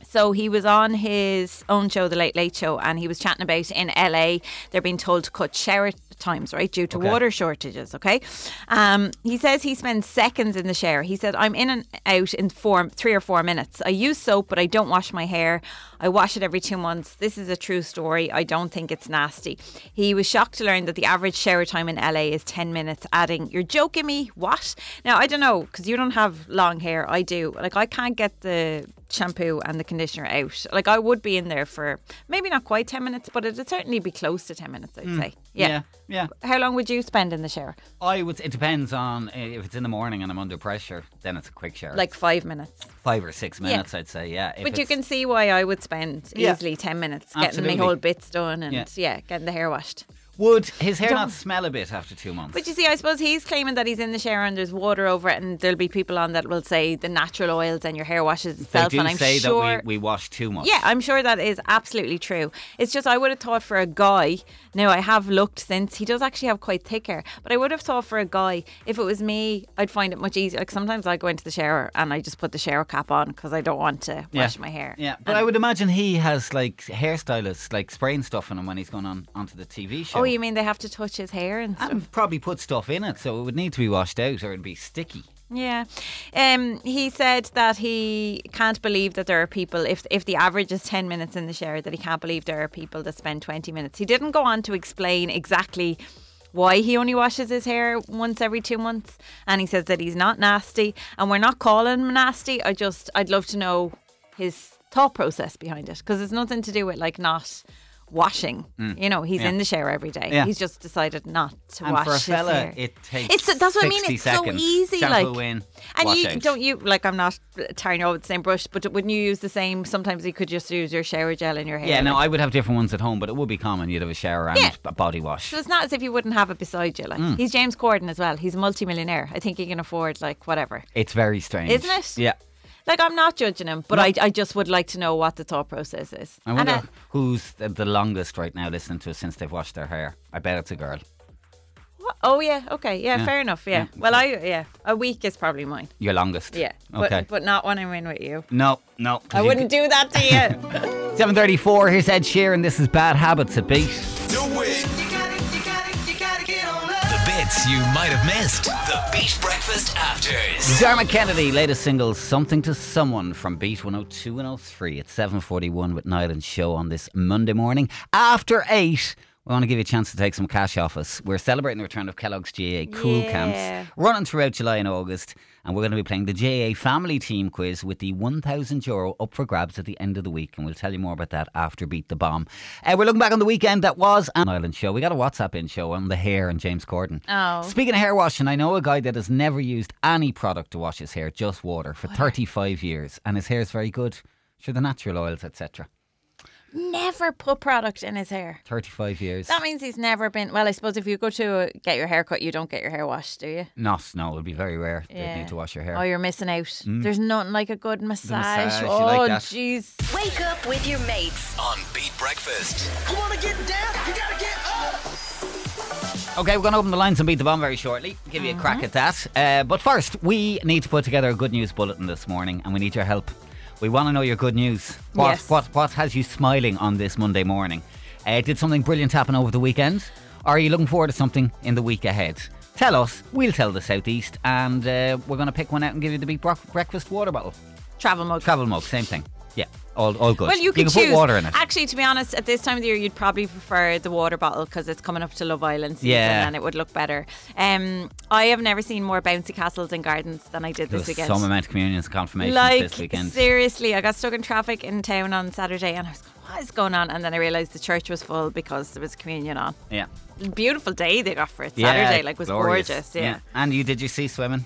[SPEAKER 3] So he was on his own show, The Late Late Show, and he was chatting about in LA they're being told to cut shower times, right, due to water shortages. Okay, um, he says he spends seconds in the shower. He said, "I'm in and out in four, three or four minutes. I use soap, but I don't wash my hair. I wash it every two months. This is a true story. I don't think it's nasty." He was shocked to learn that the average shower time in LA is ten minutes. Adding, "You're joking me? What?" Now I don't know because you don't have long hair. I do. Like I can't get the shampoo and the conditioner out. Like I would be in there for maybe not quite ten minutes, but it'd certainly be close to ten minutes. I'd say. Yeah.
[SPEAKER 4] Yeah. yeah.
[SPEAKER 3] How long would you spend in the shower?
[SPEAKER 4] I would. It depends on uh, if it's in the morning and I'm under pressure. Then it's a quick shower.
[SPEAKER 3] Like five minutes.
[SPEAKER 4] five or six minutes, I'd say. Yeah. If
[SPEAKER 3] but you
[SPEAKER 4] it's-
[SPEAKER 3] can see why I would spend
[SPEAKER 4] Yeah.
[SPEAKER 3] easily ten minutes getting my
[SPEAKER 4] Absolutely.
[SPEAKER 3] whole bits done and
[SPEAKER 4] Yeah.
[SPEAKER 3] yeah. getting the hair washed.
[SPEAKER 4] Would his hair not smell a bit after two months?
[SPEAKER 3] But you see, I suppose he's claiming that he's in the shower and there's water over it, and there'll be people on that will say the natural oils and your hair washes
[SPEAKER 4] they
[SPEAKER 3] itself.
[SPEAKER 4] do
[SPEAKER 3] and I'm
[SPEAKER 4] say
[SPEAKER 3] sure
[SPEAKER 4] that we, we wash too much.
[SPEAKER 3] Yeah, I'm sure that is absolutely true. It's just I would have thought for a guy. Now I have looked since he does actually have quite thick hair, but I would have thought for a guy if it was me, I'd find it much easier. Like sometimes I go into the shower and I just put the shower cap on because I don't want to
[SPEAKER 4] Yeah.
[SPEAKER 3] wash my hair.
[SPEAKER 4] Yeah, but I would imagine he has like hairstylists like spraying stuff on him when he's going on onto the TV show.
[SPEAKER 3] Oh, you mean they have to touch his hair and stuff?
[SPEAKER 4] and probably put stuff in it, so it would need to be washed out or it'd be sticky.
[SPEAKER 3] Yeah. Um, he said that he can't believe that there are people, if, if the average is 10 minutes in the shower, that he can't believe there are people that spend 20 minutes. He didn't go on to explain exactly why he only washes his hair once every two months. And he says that he's not nasty. And we're not calling him nasty. I just, I'd love to know his thought process behind it because it's nothing to do with like not washing. You know, he's in the shower every day.
[SPEAKER 4] Yeah.
[SPEAKER 3] He's just decided not to
[SPEAKER 4] And
[SPEAKER 3] wash
[SPEAKER 4] for a
[SPEAKER 3] his
[SPEAKER 4] fella,
[SPEAKER 3] hair.
[SPEAKER 4] it takes
[SPEAKER 3] It's that's what I mean.
[SPEAKER 4] 60
[SPEAKER 3] It's so
[SPEAKER 4] seconds.
[SPEAKER 3] easy.
[SPEAKER 4] Shampoo
[SPEAKER 3] like
[SPEAKER 4] in,
[SPEAKER 3] and
[SPEAKER 4] wash
[SPEAKER 3] you
[SPEAKER 4] out.
[SPEAKER 3] don't you like I'm not tiring you all with the same brush, but wouldn't you use the same? Sometimes you could just use your shower gel in your hair.
[SPEAKER 4] Yeah, no,
[SPEAKER 3] like.
[SPEAKER 4] I would have different ones at home, but it would be common. You'd have a shower and
[SPEAKER 3] Yeah.
[SPEAKER 4] a body wash.
[SPEAKER 3] So it's not as if you wouldn't have it beside you. Like
[SPEAKER 4] Mm.
[SPEAKER 3] he's James Corden as well. He's a multimillionaire. I think he can afford like whatever.
[SPEAKER 4] It's very strange,
[SPEAKER 3] Isn't it?
[SPEAKER 4] Yeah,
[SPEAKER 3] Like I'm not judging him, but I, I just would like to know what the thought process is.
[SPEAKER 4] I wonder
[SPEAKER 3] and, uh,
[SPEAKER 4] who's the, the longest right now listening to us since they've washed their hair. I bet it's a girl.
[SPEAKER 3] what- oh yeah, okay, yeah,
[SPEAKER 4] Yeah.
[SPEAKER 3] fair enough. Yeah.
[SPEAKER 4] Yeah.
[SPEAKER 3] Well, I yeah, a week is probably mine.
[SPEAKER 4] Your longest.
[SPEAKER 3] Yeah.
[SPEAKER 4] Okay.
[SPEAKER 3] But but not when I'm in with you.
[SPEAKER 4] no, no. 'cause
[SPEAKER 3] I
[SPEAKER 4] you
[SPEAKER 3] wouldn't do that to you.
[SPEAKER 4] 734, here's Ed Sheeran. This is Bad Habits at Beat.
[SPEAKER 5] You gotta, you gotta, you gotta get on up.
[SPEAKER 1] The bits you might have missed. The Beach Breakfast Afters.
[SPEAKER 4] Dermot Kennedy, latest single, Something to Someone from Beat 102 and 03 at 7.41 with Niall and Show on this Monday morning. After 8, we want to give you a chance to take some cash off us. We're celebrating the return of Kellogg's GA Cool
[SPEAKER 3] Yeah.
[SPEAKER 4] Camps, running throughout July and August. And we're going to be playing the JA Family Team Quiz with the €1,000 Euro up for grabs at the end of the week. And we'll tell you more about that after Beat the Bomb. Uh, we're looking back on the weekend that was an Ireland show. We got a WhatsApp in show on the hair and James Corden.
[SPEAKER 3] Oh.
[SPEAKER 4] Speaking of hair washing, I know a guy that has never used any product to wash his hair, just water, for 35 years. And his hair is very good. Sure, the natural oils, etc.
[SPEAKER 3] Never put product in his hair.
[SPEAKER 4] 35 years.
[SPEAKER 3] That means he's never been. Well, I suppose if you go to uh, get your hair cut, you don't get your hair washed, do you?
[SPEAKER 4] Not, no, it would be very rare.
[SPEAKER 3] Yeah.
[SPEAKER 4] They'd need to wash your hair. Mm.
[SPEAKER 3] Oh, you're missing out. There's nothing like a good massage.
[SPEAKER 4] massage, you like
[SPEAKER 3] oh,
[SPEAKER 4] that.
[SPEAKER 3] jeez.
[SPEAKER 2] Wake up with your mates.
[SPEAKER 1] On Beat Breakfast.
[SPEAKER 5] You wanna get down? You gotta get up.
[SPEAKER 4] Okay, we're going to open the lines and beat the bomb very shortly. Give you a crack
[SPEAKER 3] Mm-hmm.
[SPEAKER 4] at that. Uh, but first, we need to put together a good news bulletin this morning, and we need your help. We want to know your good news. What,
[SPEAKER 3] Yes.
[SPEAKER 4] what, what has you smiling on this Monday morning? Uh, did something brilliant happen over the weekend? Or are you looking forward to something in the week ahead? Tell us. We'll tell the Southeast, and uh, we're going to pick one out and give you the big bro- breakfast water bottle.
[SPEAKER 3] Travel mug.
[SPEAKER 4] Travel mug, same thing. Yeah, all, all good.
[SPEAKER 3] Well, you can,
[SPEAKER 4] put
[SPEAKER 3] choose.
[SPEAKER 4] water in it.
[SPEAKER 3] Actually, to be honest, at this time of the year, you'd probably prefer the water bottle because it's coming up to Love Island season
[SPEAKER 4] Yeah.
[SPEAKER 3] and it would look better. Um, I have never seen more bouncy castles and gardens than I did
[SPEAKER 4] There
[SPEAKER 3] this
[SPEAKER 4] was
[SPEAKER 3] weekend.
[SPEAKER 4] some amount of communions and confirmations
[SPEAKER 3] like
[SPEAKER 4] this weekend.
[SPEAKER 3] seriously, I got stuck in traffic in town on Saturday, and I was going, "What is going on?" And then I realised the church was full because there was communion on.
[SPEAKER 4] yeah.
[SPEAKER 3] Beautiful day they got for it.
[SPEAKER 4] Yeah,
[SPEAKER 3] Saturday, like, was
[SPEAKER 4] glorious.
[SPEAKER 3] gorgeous. yeah.
[SPEAKER 4] And you did you see swimming?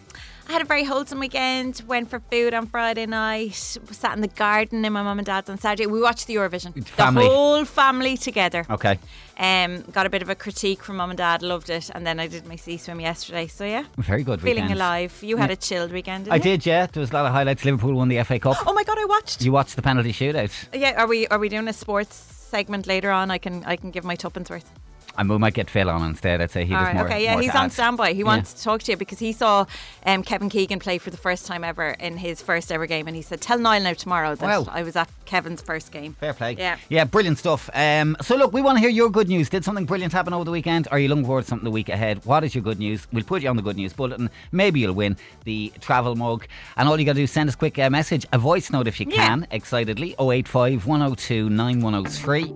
[SPEAKER 3] I had a very wholesome weekend. Went for food on Friday night. Sat in the garden in my mum and dad's on Saturday. We watched the Eurovision.
[SPEAKER 4] Family.
[SPEAKER 3] The whole family together.
[SPEAKER 4] Okay.
[SPEAKER 3] Um, got a bit of a critique from mum and dad. Loved it. And then I did my sea swim yesterday. So yeah,
[SPEAKER 4] Very good
[SPEAKER 3] feeling
[SPEAKER 4] weekends.
[SPEAKER 3] alive. You had a chilled weekend. Didn't
[SPEAKER 4] I
[SPEAKER 3] you?
[SPEAKER 4] did, yeah. There was a lot of highlights. Liverpool won the FA Cup.
[SPEAKER 3] Oh my god, I watched.
[SPEAKER 4] You watched the penalty shootout.
[SPEAKER 3] yeah, are we are we doing a sports segment later on? I can I can give my tuppence worth.
[SPEAKER 4] And we might get Phil on instead. I'd say he
[SPEAKER 3] All
[SPEAKER 4] was
[SPEAKER 3] right,
[SPEAKER 4] more.
[SPEAKER 3] okay, yeah,
[SPEAKER 4] more
[SPEAKER 3] he's
[SPEAKER 4] to
[SPEAKER 3] on
[SPEAKER 4] add.
[SPEAKER 3] standby. He
[SPEAKER 4] Yeah.
[SPEAKER 3] wants to talk to you because he saw um, Kevin Keegan play for the first time ever in his first ever game, and he said, "Tell Niall now tomorrow that
[SPEAKER 4] Wow.
[SPEAKER 3] I was at Kevin's first game."
[SPEAKER 4] Fair play.
[SPEAKER 3] Yeah.
[SPEAKER 4] Yeah, brilliant stuff. Um, so, look, we want to hear your good news. Did something brilliant happen over the weekend? Are you looking forward to something the week ahead? What is your good news? We'll put you on the good news bulletin. Maybe you'll win the travel mug. And all you got to do is send us a quick uh, message, a voice note if you
[SPEAKER 3] Yeah.
[SPEAKER 4] can, excitedly 085 102 9103.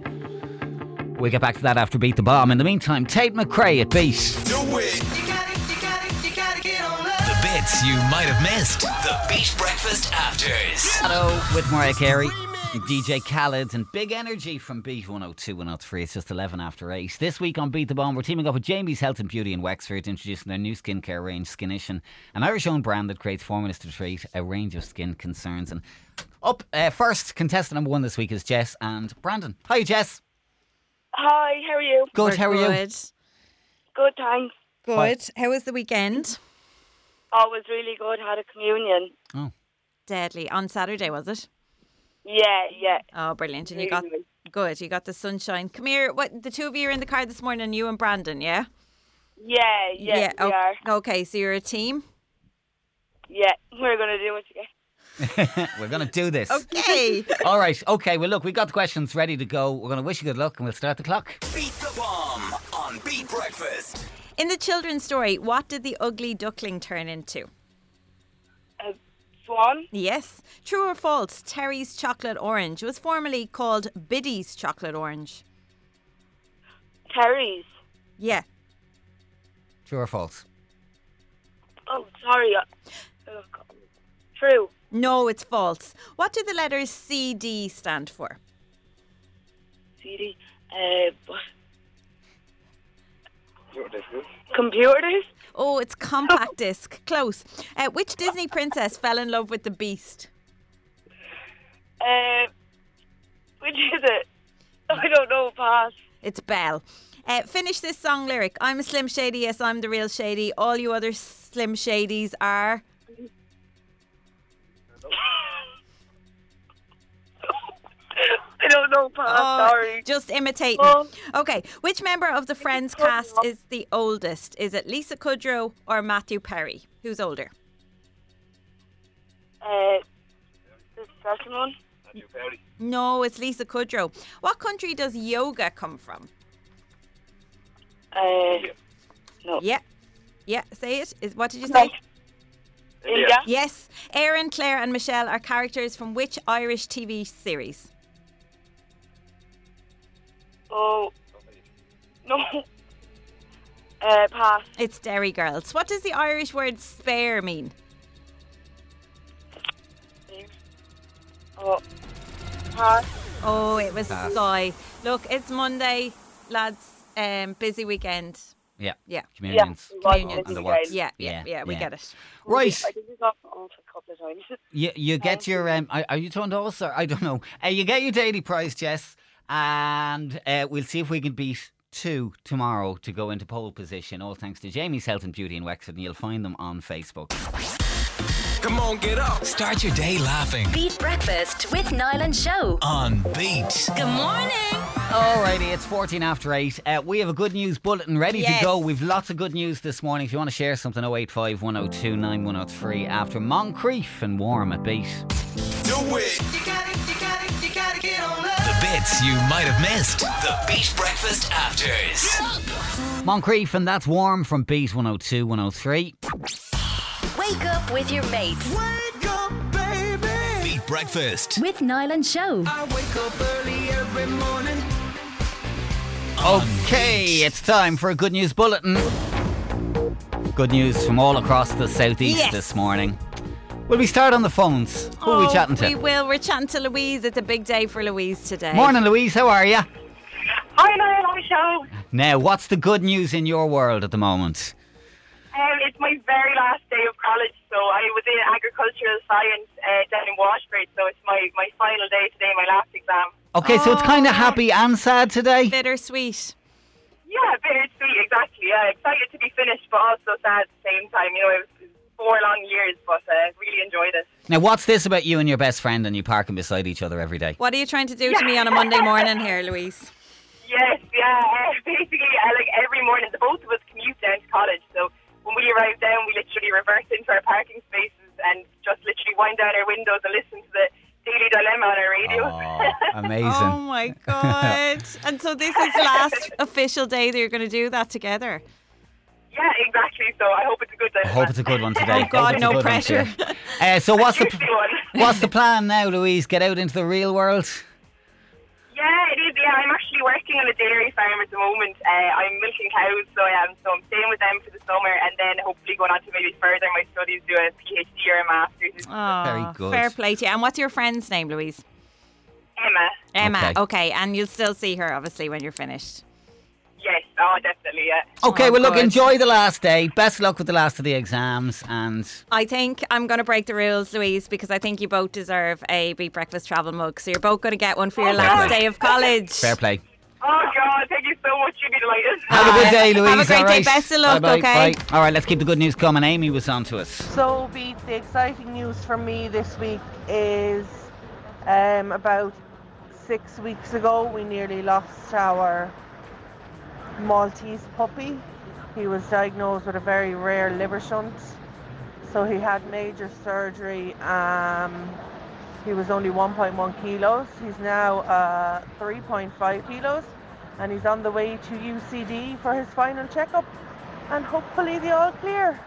[SPEAKER 4] We'll get back to that after Beat the Bomb. In the meantime, Tate McRae at Beat.
[SPEAKER 5] You gotta, you gotta, you gotta get on up.
[SPEAKER 1] The bits you might have missed. The Beat Breakfast Afters.
[SPEAKER 4] Hello, with Mariah Carey, and DJ Khaled, and Big Energy from oh Beat 102 103. It's just 11 after 8. This week on Beat the Bomb, we're teaming up with Jamie's Health and Beauty in Wexford, introducing their new skincare range, Skinition, an Irish owned brand that creates formulas to treat a range of skin concerns. And up uh, first, contestant number one this week is Jess and Brandon. Hi, Jess.
[SPEAKER 7] Hi, how are you?
[SPEAKER 4] Good,
[SPEAKER 3] We're
[SPEAKER 4] how are you?
[SPEAKER 3] good.
[SPEAKER 7] Good, thanks.
[SPEAKER 3] Good. How was the weekend?
[SPEAKER 7] Oh, it was really good. Had a communion.
[SPEAKER 4] Oh,
[SPEAKER 3] Deadly on Saturday, was it?
[SPEAKER 7] Yeah, yeah.
[SPEAKER 3] Oh, brilliant! And you got
[SPEAKER 7] Really.
[SPEAKER 3] good. You got the sunshine. Come here. What the two of you are in the car this morning? You and Brandon, yeah?
[SPEAKER 7] Yeah, yeah, we
[SPEAKER 3] o-
[SPEAKER 7] are.
[SPEAKER 3] Okay, so you're a team.
[SPEAKER 7] Yeah, we're going to do it together.
[SPEAKER 4] we're going to do this.
[SPEAKER 3] Okay.
[SPEAKER 4] All right, okay. Well, look, we've got the questions ready to go. We're going to wish you good luck and we'll start the clock.
[SPEAKER 1] Beat the Bomb on Beat Breakfast.
[SPEAKER 3] in the children's story, what did the ugly duckling turn into?
[SPEAKER 7] A swan?
[SPEAKER 3] Yes. True or false? Terry's chocolate orange was formerly called Biddy's chocolate orange.
[SPEAKER 7] Terry's.
[SPEAKER 3] Yeah.
[SPEAKER 4] True or false?
[SPEAKER 7] Oh, sorry. I- Oh, God. True.
[SPEAKER 3] No, it's false. What do the letters CD stand for?
[SPEAKER 7] CD. Uh, but... Computers?
[SPEAKER 3] Oh, it's compact disc. Close. Uh, which Disney princess fell in love with the Beast?
[SPEAKER 7] Uh, which is it? I don't know, pass.
[SPEAKER 3] It's Belle. Uh, finish this song lyric. I'm a Slim Shady. Yes, I'm the real Shady. All you other Slim Shadies are.
[SPEAKER 7] I don't know, pass.
[SPEAKER 3] Oh,
[SPEAKER 7] sorry.
[SPEAKER 3] Just imitate.
[SPEAKER 7] Oh.
[SPEAKER 3] Okay. Which member of the Friends
[SPEAKER 7] Kudrow.
[SPEAKER 3] cast is the oldest? Is it Lisa Kudrow or Matthew Perry? Who's older?
[SPEAKER 7] Uh, the second one?
[SPEAKER 3] No, it's Lisa Kudrow. What country does yoga come from?
[SPEAKER 7] Uh, no.
[SPEAKER 3] Yeah. Yeah, say it. Is what did you say?
[SPEAKER 7] Right. India?
[SPEAKER 3] Yes. Aaron, Claire, and Michelle are characters from which Irish TV series?
[SPEAKER 7] Oh. No. Uh, pass.
[SPEAKER 3] It's Dairy Girls. What does the Irish word spare mean?
[SPEAKER 7] Oh. Pass.
[SPEAKER 3] Oh, it was Sky. Look, it's Monday, lads. Um, busy weekend.
[SPEAKER 4] Yeah.
[SPEAKER 3] Yeah.
[SPEAKER 4] Communions.
[SPEAKER 7] Yeah, we
[SPEAKER 4] and
[SPEAKER 7] want
[SPEAKER 4] the
[SPEAKER 7] to
[SPEAKER 4] works.
[SPEAKER 7] do
[SPEAKER 3] Yeah, yeah, yeah,
[SPEAKER 4] Yeah,
[SPEAKER 3] we
[SPEAKER 4] yeah.
[SPEAKER 3] get it.
[SPEAKER 4] Right.
[SPEAKER 7] I think we got off a couple of times.
[SPEAKER 4] You, you get your um, are, are you turned all sir? I don't know. Uh, you get your daily prize, Jess, and uh, we'll see if we can beat two tomorrow to go into pole position. All thanks to Jamie's Health and Beauty in Wexford, and you'll find them on Facebook.
[SPEAKER 1] Come on, get up. Start your day laughing
[SPEAKER 2] Beat Breakfast with Niall and Show.
[SPEAKER 1] on Beat.
[SPEAKER 2] Good morning.
[SPEAKER 4] Alrighty, it's fourteen after eight. Uh, we have a good news bulletin ready
[SPEAKER 3] Yes.
[SPEAKER 4] to go. We've lots of good news this morning. If you want to share something, 085 102 9103 after Moncrief and Warm at Beat.
[SPEAKER 5] You gotta, you gotta, you gotta get on up.
[SPEAKER 1] The bits you might have missed. The Beat Breakfast Afters.
[SPEAKER 4] Moncrief and that's Warm from Beat 102 103.
[SPEAKER 2] Wake up with your mates
[SPEAKER 1] Beat breakfast.
[SPEAKER 2] With Niall and Show.
[SPEAKER 4] Okay, it's time for a good news bulletin. Good news from all across the southeast
[SPEAKER 3] Yes.
[SPEAKER 4] this morning. Will we start on the phones? Who are we
[SPEAKER 3] Oh,
[SPEAKER 4] chatting to?
[SPEAKER 3] We will. We're chatting to Louise. It's a big day for Louise today.
[SPEAKER 4] Morning, Louise. How are you?
[SPEAKER 7] Hi, Niall. Hi, show.
[SPEAKER 4] Now, what's the good news in your world at the moment?
[SPEAKER 7] Um, it's my very last day of college, so I was in agricultural science uh, down in Washford, so it's my, my final day today, my last exam.
[SPEAKER 4] Okay, so it's kind of happy and sad today.
[SPEAKER 3] Oh. Bittersweet.
[SPEAKER 7] Yeah, bittersweet, exactly. Yeah, excited to be finished, but also sad at the same time. You know, it was four long years, but uh, really enjoyed it.
[SPEAKER 4] Now, what's this about you and your best friend and you parking beside each other every day?
[SPEAKER 3] What are you trying to do to me on a Monday morning here, Louise?
[SPEAKER 7] Yes, yeah. uh, Basically, uh, like every morning, the both of us commute down to college. So when we arrive down, we literally reverse into our parking spaces and just literally wind down our windows and listen to the Daily Dilemma on our radio.
[SPEAKER 4] Oh, amazing.
[SPEAKER 3] Oh my god! and so this is last official day that you're going to do that together.
[SPEAKER 7] yeah, exactly. So I hope it's a good
[SPEAKER 4] I
[SPEAKER 7] dilemma.
[SPEAKER 4] hope it's a good one today.
[SPEAKER 3] Oh,
[SPEAKER 4] Hope
[SPEAKER 3] God,
[SPEAKER 4] it's a
[SPEAKER 3] no
[SPEAKER 4] good one
[SPEAKER 3] pressure.
[SPEAKER 4] today. Uh, so, what's the,
[SPEAKER 7] Juicy one.
[SPEAKER 4] what's the plan now, Louise? Get out into the real world?
[SPEAKER 7] Yeah, it is. Yeah, I'm actually working on a dairy farm at the moment. Uh, I'm milking cows, so I am. So I'm staying with them for the summer, and then hopefully going on to maybe further my studies, do a PhD or a master's.
[SPEAKER 3] Oh,
[SPEAKER 4] Very good.
[SPEAKER 3] Fair play to you. And what's your friend's name, Louise?
[SPEAKER 7] Emma.
[SPEAKER 3] Emma.
[SPEAKER 4] Okay.
[SPEAKER 3] Okay. And you'll still see her, obviously, when you're finished.
[SPEAKER 7] Yes. Oh, definitely. Yeah.
[SPEAKER 4] Okay,
[SPEAKER 3] Oh,
[SPEAKER 4] well, look,
[SPEAKER 3] good.
[SPEAKER 4] enjoy the last day. Best luck with the last of the exams. And
[SPEAKER 3] I think I'm going to break the rules, Louise, because I think you both deserve a Beat Breakfast travel mug. So you're both going to get one for your last
[SPEAKER 4] play.
[SPEAKER 3] day of college.
[SPEAKER 4] fair play.
[SPEAKER 7] Oh God, thank you so much. You'd be delighted.
[SPEAKER 4] Have a good day,
[SPEAKER 3] Have a
[SPEAKER 4] Louise.
[SPEAKER 3] great
[SPEAKER 4] All
[SPEAKER 3] day.
[SPEAKER 4] right.
[SPEAKER 3] Best of luck,
[SPEAKER 4] Bye-bye.
[SPEAKER 3] okay?
[SPEAKER 4] Bye. All right, let's keep the good news coming. Amy was on to us.
[SPEAKER 8] So, Beat, the exciting news for me this week is um, about six weeks ago we nearly lost our Maltese puppy. He was diagnosed with a very rare liver shunt. So he had major surgery. Um, he was only 1.1 kilos. He's now uh, 3.5 kilos and he's on the way to UCD for his final checkup and hopefully the all clear.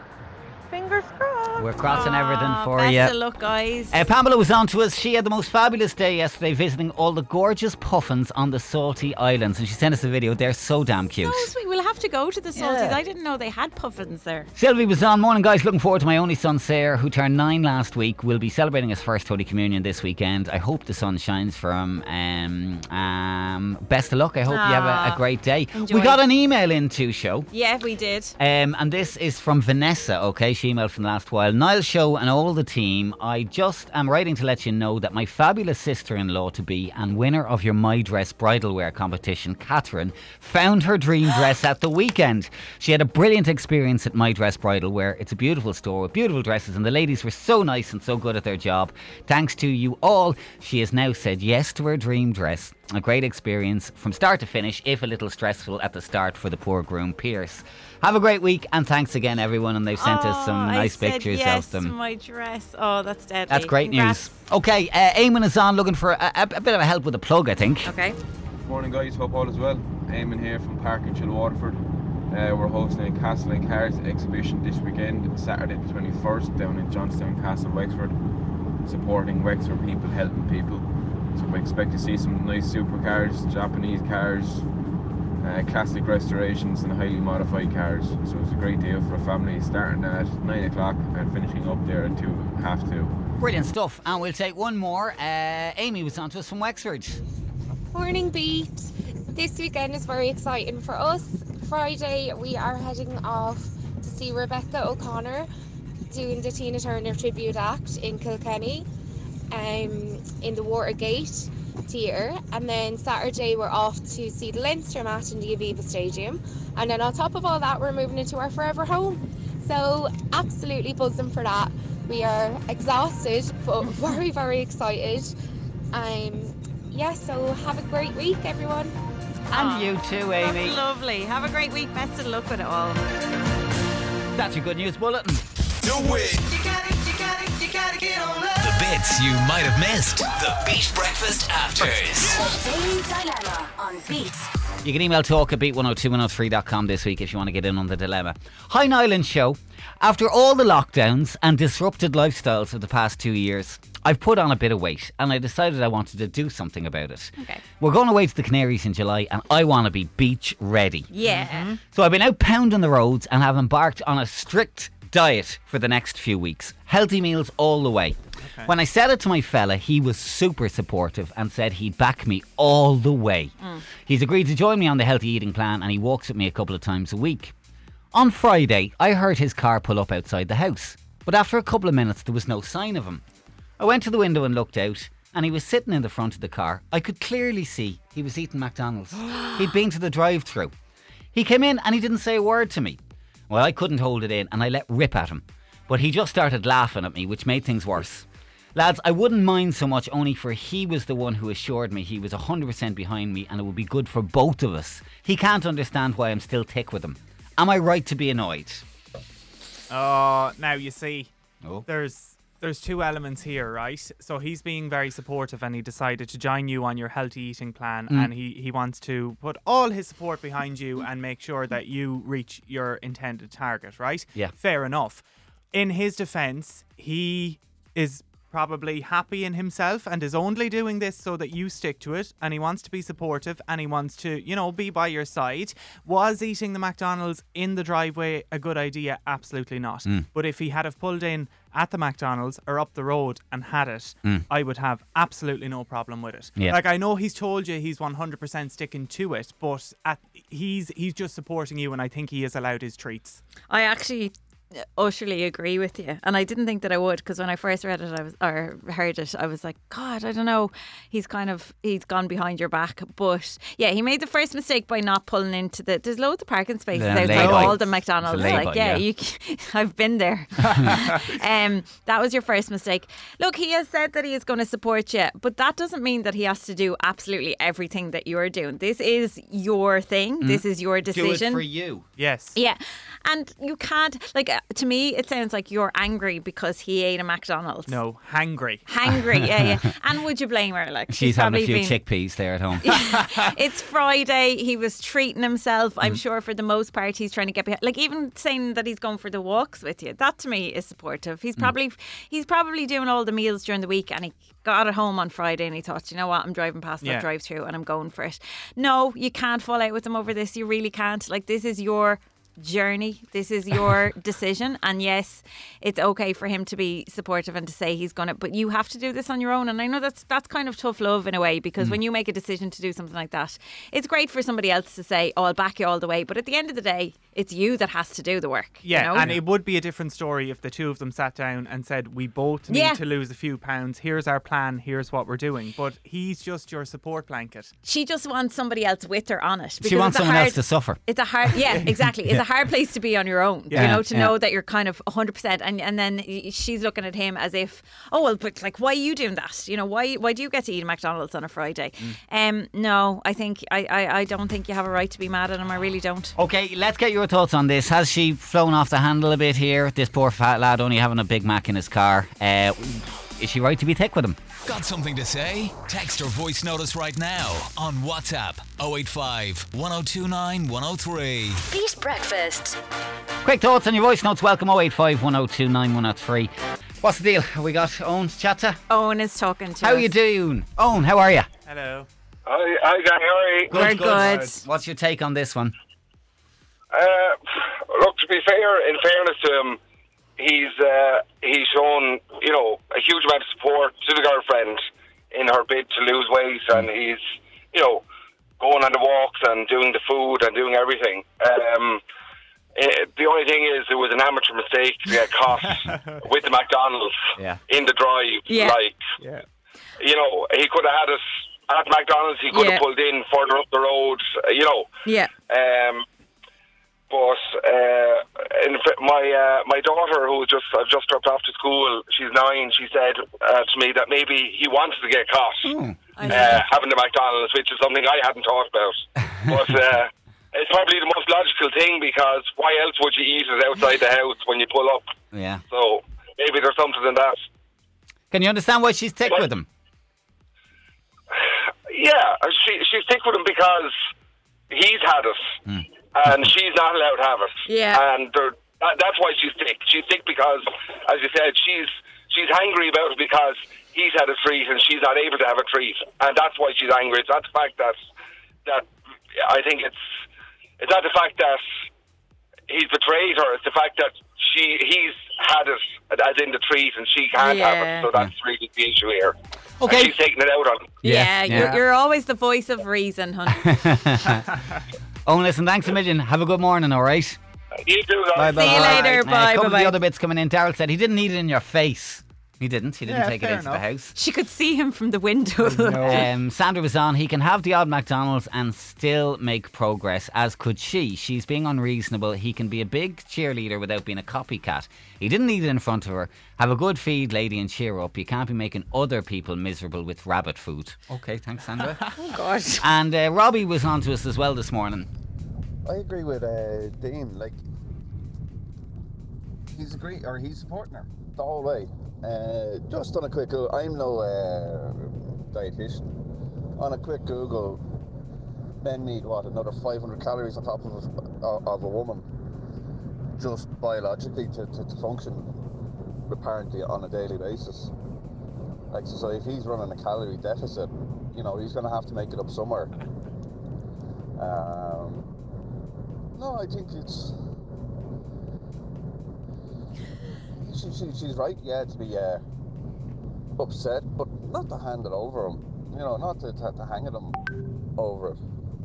[SPEAKER 8] Fingers crossed.
[SPEAKER 4] We're crossing everything
[SPEAKER 3] Aw,
[SPEAKER 4] for
[SPEAKER 3] best
[SPEAKER 4] you.
[SPEAKER 3] of luck, guys.
[SPEAKER 4] Uh, Pamela was on to us. She had the most fabulous day yesterday visiting all the gorgeous puffins on the Salty Islands. And she sent us a video. They're so damn cute.
[SPEAKER 3] Oh, sweet. We'll have to go to the Salties. I didn't know they had puffins there.
[SPEAKER 4] Sylvie was on. Morning, guys. Looking forward to my only son, Sarah, who turned nine last week. Will be celebrating his first Holy Communion this weekend. I hope the sun shines for him. Um, um, best of luck. I hope you have a, a
[SPEAKER 3] Aw.
[SPEAKER 4] great day.
[SPEAKER 3] Enjoy.
[SPEAKER 4] We got an email in to show.
[SPEAKER 3] Yeah, we did.
[SPEAKER 4] Um, and this is from Vanessa, okay? She emailed from the last while. Niall Show and all the team, I just am writing to let you know that my fabulous sister in law to be and winner of your My Dress Bridal Wear competition, Catherine, found her dream dress at the weekend. She had a brilliant experience at My Dress Bridal Wear. It's a beautiful store with beautiful dresses, and the ladies were so nice and so good at their job. Thanks to you all, she has now said yes to her dream dress. A great experience from start to finish, if a little stressful at the start for the poor groom, Pierce. Have a great week, and thanks again, everyone. And they've sent us
[SPEAKER 3] Oh,
[SPEAKER 4] some
[SPEAKER 3] I
[SPEAKER 4] nice
[SPEAKER 3] said
[SPEAKER 4] pictures of
[SPEAKER 3] yes to
[SPEAKER 4] them.
[SPEAKER 3] my dress. Oh, that's deadly.
[SPEAKER 4] That's great
[SPEAKER 3] Congrats.
[SPEAKER 4] news. Okay, uh, Eamon is on looking for a, a, a bit of a help with a plug, I think.
[SPEAKER 3] Okay.
[SPEAKER 9] Morning, guys. Hope all is well. Eamon here from Park in Chilwaterford. Uh, we're hosting a Castle and Cards exhibition this weekend, Saturday the 21st, down in Johnstown Castle, Wexford, supporting Wexford people, helping people. So we expect to see some nice supercars, Japanese cars, uh, classic restorations, and highly modified cars. So it's a great deal for a family, starting at 9 o'clock and finishing up there at 2, half 2.
[SPEAKER 4] Brilliant stuff. And we'll take one more. Uh, Amy was on to us from Wexford.
[SPEAKER 10] Morning Beat. This weekend is very exciting for us. Friday we are heading off to see Rebecca O'Connor doing the Tina Turner tribute act in Kilkenny, um, in the Watergate Theatre. And then Saturday we're off to see the Leinster match in the Aviva Stadium. And then on top of all that, we're moving into our forever home. So absolutely buzzing for that. We are exhausted but very very excited. Um, yeah, so have a great week, everyone.
[SPEAKER 4] And you too, Amy.
[SPEAKER 3] That's lovely. Have a great week. Best of luck with it all.
[SPEAKER 4] That's your good news bulletin.
[SPEAKER 1] Do it. The bits you might have missed. The Beat Breakfast Afters.
[SPEAKER 5] Daily Dilemma on Beat.
[SPEAKER 4] You can email talk at beat102103.com this week if you want to get in on the dilemma. Hi, Nyland Show. After all the lockdowns and disrupted lifestyles of the past two years, I've put on a bit of weight and I decided I wanted to do something about it.
[SPEAKER 3] Okay.
[SPEAKER 4] We're going away to the Canaries in July and I want to be beach ready.
[SPEAKER 3] Yeah.
[SPEAKER 4] So I've been out pounding the roads and have embarked on a strict diet for the next few weeks. Healthy meals all the way. When I said it to my fella, he was super supportive and said he'd back me all the way. He's agreed to join me on the healthy eating plan and he walks with me a couple of times a week. On Friday, I heard his car pull up outside the house, but after a couple of minutes, there was no sign of him. I went to the window and looked out, and he was sitting in the front of the car. I could clearly see he was eating McDonald's. He'd been to the drive through. He came in and he didn't say a word to me. Well, I couldn't hold it in, and I let rip at him. But he just started laughing at me, which made things worse. Lads, I wouldn't mind so much only for he was the one who assured me he was 100% behind me and it would be good for both of us. He can't understand why I'm still tick with him. Am I right to be annoyed?
[SPEAKER 6] Oh, now you see,
[SPEAKER 4] Oh.
[SPEAKER 6] there's there's two elements here, right? So he's being very supportive, and he decided to join you on your healthy eating plan, and he he wants to put all his support behind you and make sure that you reach your intended target, right?
[SPEAKER 4] Yeah.
[SPEAKER 6] Fair enough. In his defense, he is probably happy in himself and is only doing this so that you stick to it and he wants to be supportive and he wants to you know be by your side was eating the mcdonald's in the driveway a good idea absolutely not but if he had have pulled in at the mcdonald's or up the road and had it i would have absolutely no problem with it
[SPEAKER 4] Yeah.
[SPEAKER 6] like i know he's told you he's 100% sticking to it but at, he's he's just supporting you and i think he is allowed his treats
[SPEAKER 3] I actually uh, utterly agree with you, and I didn't think that I would because when I first read it, I was or heard it, I was like, God, I don't know. He's kind of he's gone behind your back, but yeah, he made the first mistake by not pulling into the. There's loads of parking spaces
[SPEAKER 4] Yeah,
[SPEAKER 3] outside
[SPEAKER 4] lay-by.
[SPEAKER 3] all
[SPEAKER 4] It's
[SPEAKER 3] the
[SPEAKER 4] a
[SPEAKER 3] McDonald's.
[SPEAKER 4] lay-by,
[SPEAKER 3] Like,
[SPEAKER 4] yeah.
[SPEAKER 3] yeah, you, c- I've been there. um, that was your first mistake. Look, he has said that he is going to support you, but that doesn't mean that he has to do absolutely everything that you're doing. This is your thing.
[SPEAKER 4] Mm-hmm. Mm.
[SPEAKER 3] This is your decision.
[SPEAKER 4] you.
[SPEAKER 6] yes
[SPEAKER 3] Yeah. And you can't, like, uh, to me, it sounds like you're angry because he ate a McDonald's.
[SPEAKER 6] no hangry
[SPEAKER 3] Hangry, yeah, yeah. And would you blame her? Like,
[SPEAKER 4] She's having a few
[SPEAKER 3] probably been-
[SPEAKER 4] chickpeas there at home.
[SPEAKER 3] it's Friday. He was treating himself.
[SPEAKER 4] Mm.
[SPEAKER 3] I'm sure for the most part, he's trying to get behind. Like even saying that he's going for the walks with you, that to me is supportive.
[SPEAKER 4] Mm.
[SPEAKER 3] He's probably he's probably doing all the meals during the week, and he got at home on Friday and he thought, you know what, I'm driving past
[SPEAKER 6] Yeah.
[SPEAKER 3] that drive-through and I'm going for it. No, you can't fall out with him over this. You really can't. Like this is your journey this is your decision and yes it's okay for him to be supportive and to say he's gonna but you have to do this on your own and i know that's that's kind of tough love in a way because
[SPEAKER 6] Mm.
[SPEAKER 3] when you make a decision to do something like that it's great for somebody else to say oh i'll back you all the way but at the end of the day it's you that has to do the work you
[SPEAKER 6] Yeah,
[SPEAKER 3] know?
[SPEAKER 6] and it would be a different story if the two of them sat down and said, "We both need
[SPEAKER 3] Yeah.
[SPEAKER 6] to lose a few pounds. Here's our plan. Here's what we're doing." But he's just your support blanket.
[SPEAKER 3] she just wants somebody else with her on it because
[SPEAKER 4] she wants
[SPEAKER 3] it's a
[SPEAKER 4] someone
[SPEAKER 3] hard,
[SPEAKER 4] else to suffer.
[SPEAKER 3] It's a hard, yeah, exactly. It's a hard place to be on your own, you
[SPEAKER 4] Yeah,
[SPEAKER 3] know, to
[SPEAKER 4] yeah.
[SPEAKER 3] know that you're kind of 100%. And, and then y- she's looking at him as if, oh, well, but like, why are you doing that? You know, why why do you get to eat McDonald's on a Friday?
[SPEAKER 4] Mm.
[SPEAKER 3] Um, No, I think, I, I, I don't think you have a right to be mad at him. I really don't.
[SPEAKER 4] Okay, let's get your thoughts on this. Has she flown off the handle a bit here? This poor fat lad only having a Big Mac in his car. Uh, is she right to be thick with him?
[SPEAKER 1] Got something to say? Text or voice notice right now on WhatsApp 085 1029 103.
[SPEAKER 2] Beat breakfast.
[SPEAKER 4] Quick thoughts on your voice notes. Welcome 085 102 9103. What's the deal? Have we got Owen to chat to?
[SPEAKER 3] Owen is talking to
[SPEAKER 4] How
[SPEAKER 3] us.
[SPEAKER 4] you doing? Owen, how are you?
[SPEAKER 6] Hello.
[SPEAKER 9] Hi, hi, gang. How are you?
[SPEAKER 3] We're good.
[SPEAKER 4] What's your take on this one?
[SPEAKER 9] Uh, look, to be fair, in fairness to him, he's uh, he's shown you know a huge amount of support to the girlfriend in her bid to lose weight, and he's you know going on the walks and doing the food and doing everything. Um, eh, the only thing is, it was an amateur mistake to get caught with the McDonald's
[SPEAKER 4] Yeah.
[SPEAKER 9] in the drive.
[SPEAKER 3] Yeah.
[SPEAKER 9] Like,
[SPEAKER 6] Yeah.
[SPEAKER 9] you know, he could have had us at McDonald's. He could
[SPEAKER 3] Yeah.
[SPEAKER 9] have pulled in further up the road. You know,
[SPEAKER 3] Yeah.
[SPEAKER 9] um, but uh, in fa- my uh, my daughter, who just I've just dropped off to school, she's nine. She said uh, to me that maybe he wanted to get caught
[SPEAKER 11] Hmm.
[SPEAKER 3] I
[SPEAKER 9] uh, having the McDonald's, which is something I hadn't thought about. but uh, it's probably the most logical thing because why else would you eat it outside the house when you pull up?
[SPEAKER 4] Yeah.
[SPEAKER 9] So maybe there's something in that.
[SPEAKER 4] Can you understand why she's thick with him?
[SPEAKER 9] Yeah, she she's thick with him because he's had it, and she's not allowed to have it.
[SPEAKER 3] Yeah.
[SPEAKER 9] and they're- that, that's why she's thick. She's thick because, as you said, she's she's angry about it because
[SPEAKER 12] he's had a treat and she's not able to have a treat, and that's why she's angry. It's not the fact that that I think it's it's not the fact that he's betrayed her. It's the fact that she he's had it as in the treat and she can't
[SPEAKER 3] Yeah.
[SPEAKER 12] have it. So that's really the issue here.
[SPEAKER 4] Okay,
[SPEAKER 12] and she's taking it out on.
[SPEAKER 4] Yeah,
[SPEAKER 3] Yeah, You're,
[SPEAKER 4] yeah.
[SPEAKER 3] you're always the voice of reason, hun.
[SPEAKER 4] Owen, Oh, listen, thanks a million. Have a good morning, all right?
[SPEAKER 12] You do that.
[SPEAKER 4] Bye, bye.
[SPEAKER 3] See you later.
[SPEAKER 4] Now,
[SPEAKER 3] Bye,
[SPEAKER 4] uh, A couple of
[SPEAKER 3] bye-bye.
[SPEAKER 4] the other bits coming in. Daryl said he didn't need it in your face. He didn't. He didn't
[SPEAKER 6] Yeah,
[SPEAKER 4] take it
[SPEAKER 6] fair
[SPEAKER 4] out of the
[SPEAKER 6] enough.
[SPEAKER 4] house.
[SPEAKER 3] she could see him from the window.
[SPEAKER 4] Um, Sandra was on. He can have the odd McDonald's and still make progress, as could she. She's being unreasonable. He can be a big cheerleader without being a copycat. He didn't eat it in front of her. Have a good feed, lady, and cheer up. You can't be making other people miserable with rabbit food. Okay, thanks, Sandra. oh, God. And uh, Robbie was on to us as well this morning.
[SPEAKER 13] I agree with uh, Dean. Like he's agree or he's supporting her the whole way. Uh, just on a quick, Goo- I'm no uh, dietitian. On a quick Google, men need what another 500 calories on top of a, of a woman, just biologically to, to, to function apparently on a daily basis. Like so, so if he's running a calorie deficit, you know he's going to have to make it up somewhere. Um, no, I think it's. She, she, she's right, yeah, to be uh, upset, but not to hand it over him. You know, not to, to, to hang it him over it.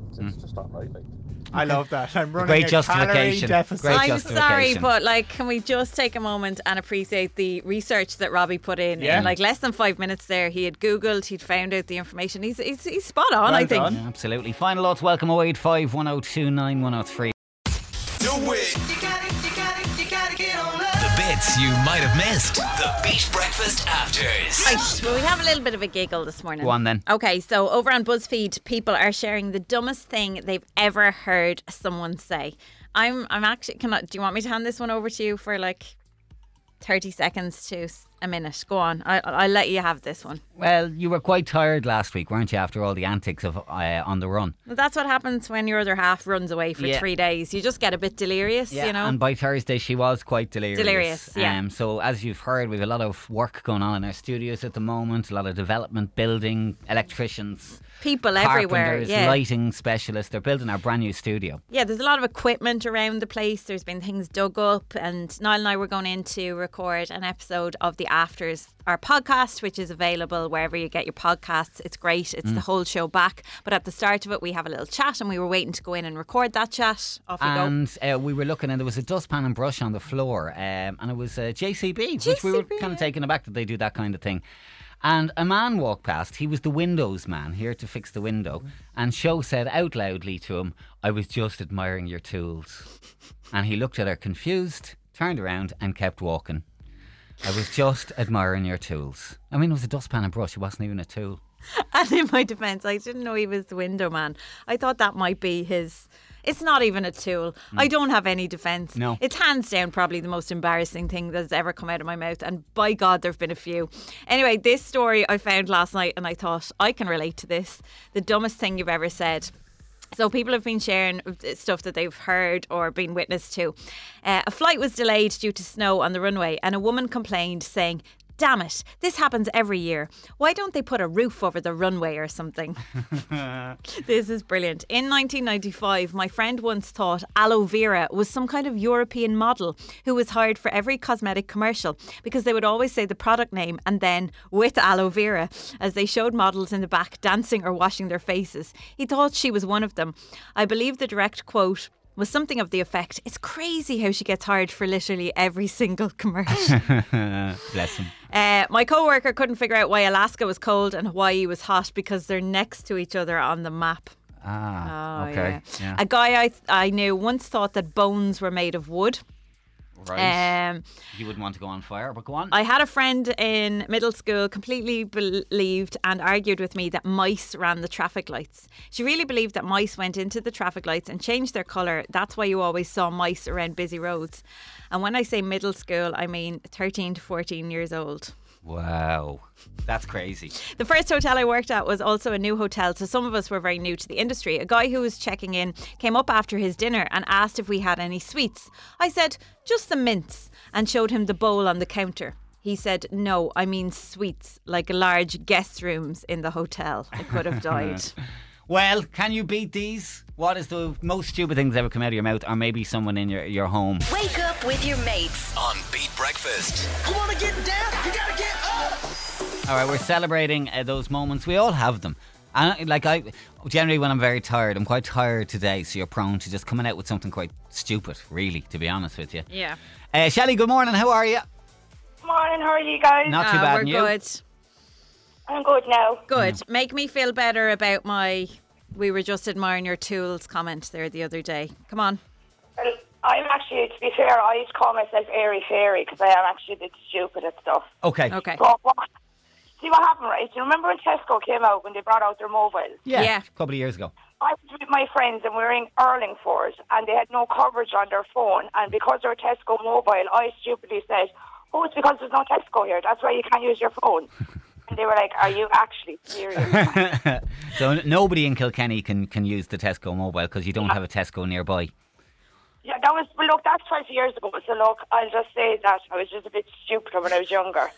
[SPEAKER 13] It's, it's just not right, like.
[SPEAKER 6] Hmm. I love that. I'm running
[SPEAKER 4] Great
[SPEAKER 6] a
[SPEAKER 4] justification.
[SPEAKER 6] Calorie deficit.
[SPEAKER 4] Great
[SPEAKER 3] I'm sorry,
[SPEAKER 4] justification.
[SPEAKER 3] but like, can we just take a moment and appreciate the research that Robbie put in?
[SPEAKER 6] Yeah.
[SPEAKER 3] In like less than five minutes there, he had Googled, he'd found out the information. He's he's, he's spot on,
[SPEAKER 6] Well
[SPEAKER 3] Oh, I think.
[SPEAKER 6] done.
[SPEAKER 4] Yeah, absolutely. Final odds. Welcome 085 102 9103.
[SPEAKER 5] Do it. You gotta, you gotta, you gotta get on up.
[SPEAKER 1] The bits you might have missed. The Beat Breakfast Afters.
[SPEAKER 3] Right, well, we have a little bit of a giggle this morning.
[SPEAKER 4] Go on then.
[SPEAKER 3] Okay, so over on BuzzFeed, people are sharing the dumbest thing they've ever heard someone say. I'm, I'm actually, can I, do you want me to hand this one over to you for like 30 seconds to s- a minute? Go on, I, I'll let you have this one.
[SPEAKER 4] Well, you were quite tired last week, weren't you, after all the antics of uh, On the Run?
[SPEAKER 3] Well, That's what happens when your other half runs away for
[SPEAKER 4] Yeah.
[SPEAKER 3] three days. You just get a bit delirious, you know?
[SPEAKER 4] And by Thursday, she was quite delirious.
[SPEAKER 3] Delirious, yeah.
[SPEAKER 4] Um, so, as you've heard, we have a lot of work going on in our studios at the moment, a lot of development, building, electricians,
[SPEAKER 3] People everywhere.
[SPEAKER 4] carpenters,
[SPEAKER 3] Yeah.
[SPEAKER 4] lighting specialists. They're building our brand new studio.
[SPEAKER 3] Yeah, there's a lot of equipment around the place. There's been things dug up, and Niall and I were going in to record an episode of the Afters, our podcast, which is available wherever you get your podcasts. It's great. It's
[SPEAKER 4] Mm.
[SPEAKER 3] the whole show back. But at the start of it, we have a little chat, and we were waiting to go in and record that chat. Off you go.
[SPEAKER 4] And uh, we were looking, and there was a dustpan and brush on the floor, um, and it was uh, JCB, which we were
[SPEAKER 3] JCB,
[SPEAKER 4] kind
[SPEAKER 3] yeah.
[SPEAKER 4] of taken aback that they do that kind of thing. And a man walked past. He was the windows man, here to fix the window. And Show said out loudly to him, "I was just admiring your tools." And he looked at her confused, turned around, and kept walking. I was just admiring your tools. I mean, it was a dustpan and brush. It wasn't even a tool.
[SPEAKER 3] And in my defence, I didn't know he was the window man. I thought that might be his. It's not even a tool. I don't have any defence.
[SPEAKER 4] No.
[SPEAKER 3] It's hands down probably the most embarrassing thing that's ever come out of my mouth. And by God, there have been a few. Anyway, this story I found last night and I thought, I can relate to this. The dumbest thing you've ever said. So people have been sharing stuff that they've heard or been witness to. Uh, a flight was delayed due to snow on the runway, and a woman complained, saying, "Damn it! This happens every year. Why don't they put a roof over the runway or something?" this is brilliant. In 1995, my friend once thought aloe vera was some kind of European model who was hired for every cosmetic commercial because they would always say the product name and then with aloe vera as they showed models in the back dancing or washing their faces. He thought she was one of them. I believe the direct quote was something of the effect it's crazy how she gets hired for literally every single commercial.
[SPEAKER 4] Bless him.
[SPEAKER 3] Uh, my coworker couldn't figure out why Alaska was cold and Hawaii was hot because they're next to each other on the map.
[SPEAKER 4] Ah,
[SPEAKER 3] Oh,
[SPEAKER 4] okay.
[SPEAKER 3] yeah.
[SPEAKER 4] Yeah.
[SPEAKER 3] A guy I, I knew once thought that bones were made of wood.
[SPEAKER 4] right.
[SPEAKER 3] Um,
[SPEAKER 4] you wouldn't want to go on fire, but go on.
[SPEAKER 3] I had a friend in middle school completely believed and argued with me that mice ran the traffic lights. She really believed that mice went into the traffic lights and changed their colour. That's why you always saw mice around busy roads. And when I say middle school, I mean 13 to 14 years old.
[SPEAKER 4] wow, that's crazy.
[SPEAKER 3] The first hotel I worked at was also a new hotel, so some of us were very new to the industry. A guy who was checking in came up after his dinner and asked if we had any sweets. I said, just the mints, and showed him the bowl on the counter. He He said, "No, I mean suites, like large guest rooms in the hotel. I could have died."
[SPEAKER 4] Well, can you beat these? What is the most stupid thing that's ever come out of your mouth, or maybe someone in your, your home?
[SPEAKER 2] Wake up with your mates.
[SPEAKER 1] On Beat Breakfast.
[SPEAKER 5] You wanna get down? You gotta get up.
[SPEAKER 4] All right, we're celebrating uh, those moments. We all have them. And uh, like I, generally when I'm very tired, I'm quite tired today, so you're prone to just coming out with something quite stupid, really, to be honest with you.
[SPEAKER 3] Yeah.
[SPEAKER 4] Uh, Shelley, good morning. How are you?
[SPEAKER 14] Morning, how are you guys?
[SPEAKER 4] Not too
[SPEAKER 3] Ah,
[SPEAKER 4] bad.
[SPEAKER 3] We're
[SPEAKER 4] and you?
[SPEAKER 3] good.
[SPEAKER 14] I'm good now.
[SPEAKER 3] Good. Make me feel better about my. We were just admiring your tools comment there the other day. Come on.
[SPEAKER 14] Well, I'm actually, to be fair, I used to call myself airy fairy because I am actually a bit stupid at stuff.
[SPEAKER 4] Okay.
[SPEAKER 14] But what, see what happened, right? Do you remember when Tesco came out when they brought out their mobiles?
[SPEAKER 4] Yeah. A couple of years ago.
[SPEAKER 14] I was with my friends and we were in Erlingford and they had no coverage on their phone. And because they were Tesco mobile, I stupidly said, Oh, it's because there's no Tesco here. That's why you can't use your phone. and they were like, Are you actually serious?
[SPEAKER 4] so n- nobody in Kilkenny can, can use the Tesco mobile because you don't have a Tesco nearby.
[SPEAKER 14] Yeah, that was well, look. That's twelve years ago. So look, I'll just say that I was just a bit stupider when I was younger.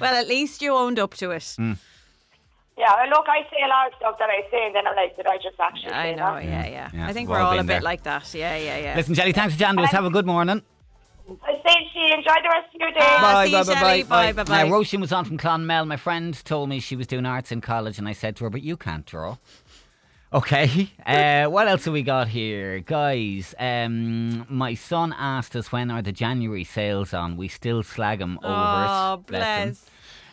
[SPEAKER 3] Well, at least you owned up to it.
[SPEAKER 4] Mm.
[SPEAKER 14] yeah, well, look, I say a lot of stuff that I say, and then I'm like, did I just actually?
[SPEAKER 3] I
[SPEAKER 14] say
[SPEAKER 3] know.
[SPEAKER 14] that?
[SPEAKER 3] Yeah, yeah.
[SPEAKER 4] Yeah,
[SPEAKER 3] I think
[SPEAKER 4] we've
[SPEAKER 3] we're
[SPEAKER 4] all
[SPEAKER 3] all a
[SPEAKER 4] been
[SPEAKER 3] bit
[SPEAKER 4] there.
[SPEAKER 3] like that. Yeah, yeah, yeah.
[SPEAKER 4] Listen, Shelley, thanks for chatting to us. Have a good morning.
[SPEAKER 14] I say she enjoy the rest of your day.
[SPEAKER 4] Now, Roisin was on from Clonmel. My friend told me she was doing arts in college, and I said to her, "But you can't draw." Okay. Uh, what else have we got here, guys? Um, my son asked us when are the January sales on. We still slag him over
[SPEAKER 3] Oh,
[SPEAKER 4] it. him.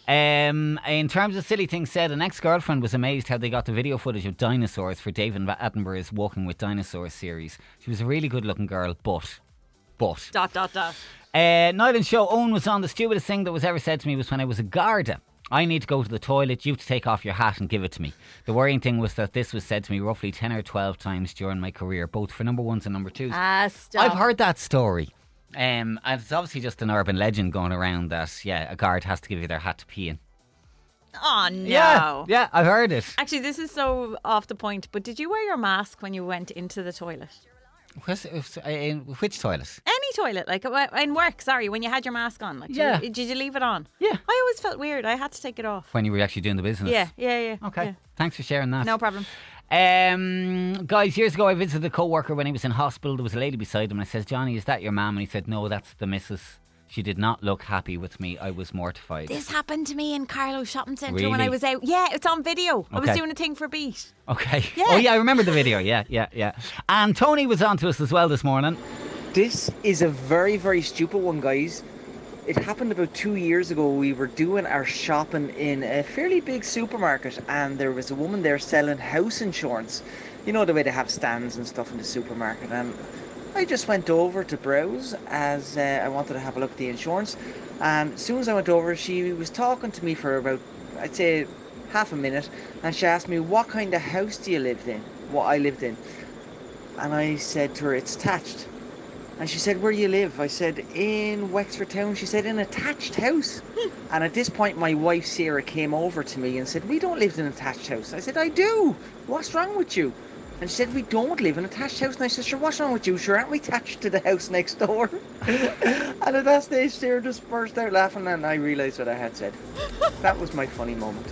[SPEAKER 4] Um, in terms of silly things said, an ex-girlfriend was amazed how they got the video footage of dinosaurs for David Attenborough's Walking with Dinosaurs series. She was a really good-looking girl, but, but
[SPEAKER 3] Dot, dot, dot.
[SPEAKER 4] uh, Night and Show Owen was on. The stupidest thing that was ever said to me was when I was a Garda. I need to go to the toilet. You have to take off your hat and give it to me. The worrying thing was that this was said to me roughly 10 or 12 times during my career, both for number ones and number twos.
[SPEAKER 3] Ah, stop.
[SPEAKER 4] I've heard that story. Um, and it's obviously just an urban legend going around that, yeah, a guard has to give you their hat to pee in.
[SPEAKER 3] Oh, no.
[SPEAKER 4] Yeah, yeah, I've heard it.
[SPEAKER 3] Actually, this is so off the point, but did you wear your mask when you went into the toilet?
[SPEAKER 4] Where's- uh, in Which toilet?
[SPEAKER 3] Any toilet, like uh, in work, sorry, when you had your mask on. Like, did
[SPEAKER 4] Yeah.
[SPEAKER 3] you- did you leave it on?
[SPEAKER 4] Yeah.
[SPEAKER 3] I always felt weird. I had to take it off.
[SPEAKER 4] When you were actually doing the business.
[SPEAKER 3] Yeah, yeah, yeah. Okay.
[SPEAKER 4] Thanks for sharing that.
[SPEAKER 3] No problem.
[SPEAKER 4] Um, guys, years ago I visited a co-worker when he was in hospital. There was a lady beside him, and I says, "Johnny, is that your mum?" And he said, "No, that's the missus." She did not look happy with me. I was mortified.
[SPEAKER 3] This happened to me in Carlo Shopping Centre when I
[SPEAKER 4] Really?
[SPEAKER 3] was out. Yeah, it's on video. I was
[SPEAKER 4] Okay.
[SPEAKER 3] doing a thing for Beat.
[SPEAKER 4] Okay. Oh yeah, I remember the video. Yeah, yeah, yeah. And Tony was on to us as well this morning.
[SPEAKER 15] This is a very, very stupid one, guys. It happened about two years ago. We were doing our shopping in a fairly big supermarket, and there was a woman there selling house insurance. You know, the way they have stands and stuff in the supermarket. And I just went over to browse as uh, I wanted to have a look at the insurance. And as soon as I went over, she was talking to me for about, I'd say, half a minute. And she asked me, What kind of house do you live in? What I lived in. And I said to her, It's thatched. And she said, Where do you live? I said, In Wexford Town. She said, In a thatched house. and at this point, my wife Sarah came over to me and said, We don't live in a thatched house. I said, I do. What's wrong with you? And she said, We don't live in a thatched house. And I said, Sure, what's wrong with you? Sure, aren't we thatched to the house next door? and at that stage, Sarah just burst out laughing, and I realised what I had said. that was my funny moment.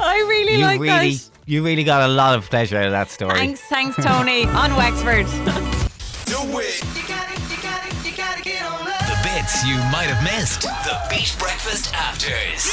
[SPEAKER 3] I really
[SPEAKER 4] you
[SPEAKER 3] like
[SPEAKER 4] really,
[SPEAKER 3] that.
[SPEAKER 4] you really got a lot of pleasure out of that story.
[SPEAKER 3] Thanks, thanks, Tony. on Wexford.
[SPEAKER 5] You gotta, you gotta, you gotta get on up.
[SPEAKER 1] The bits you might have missed. The Beat Breakfast Afters.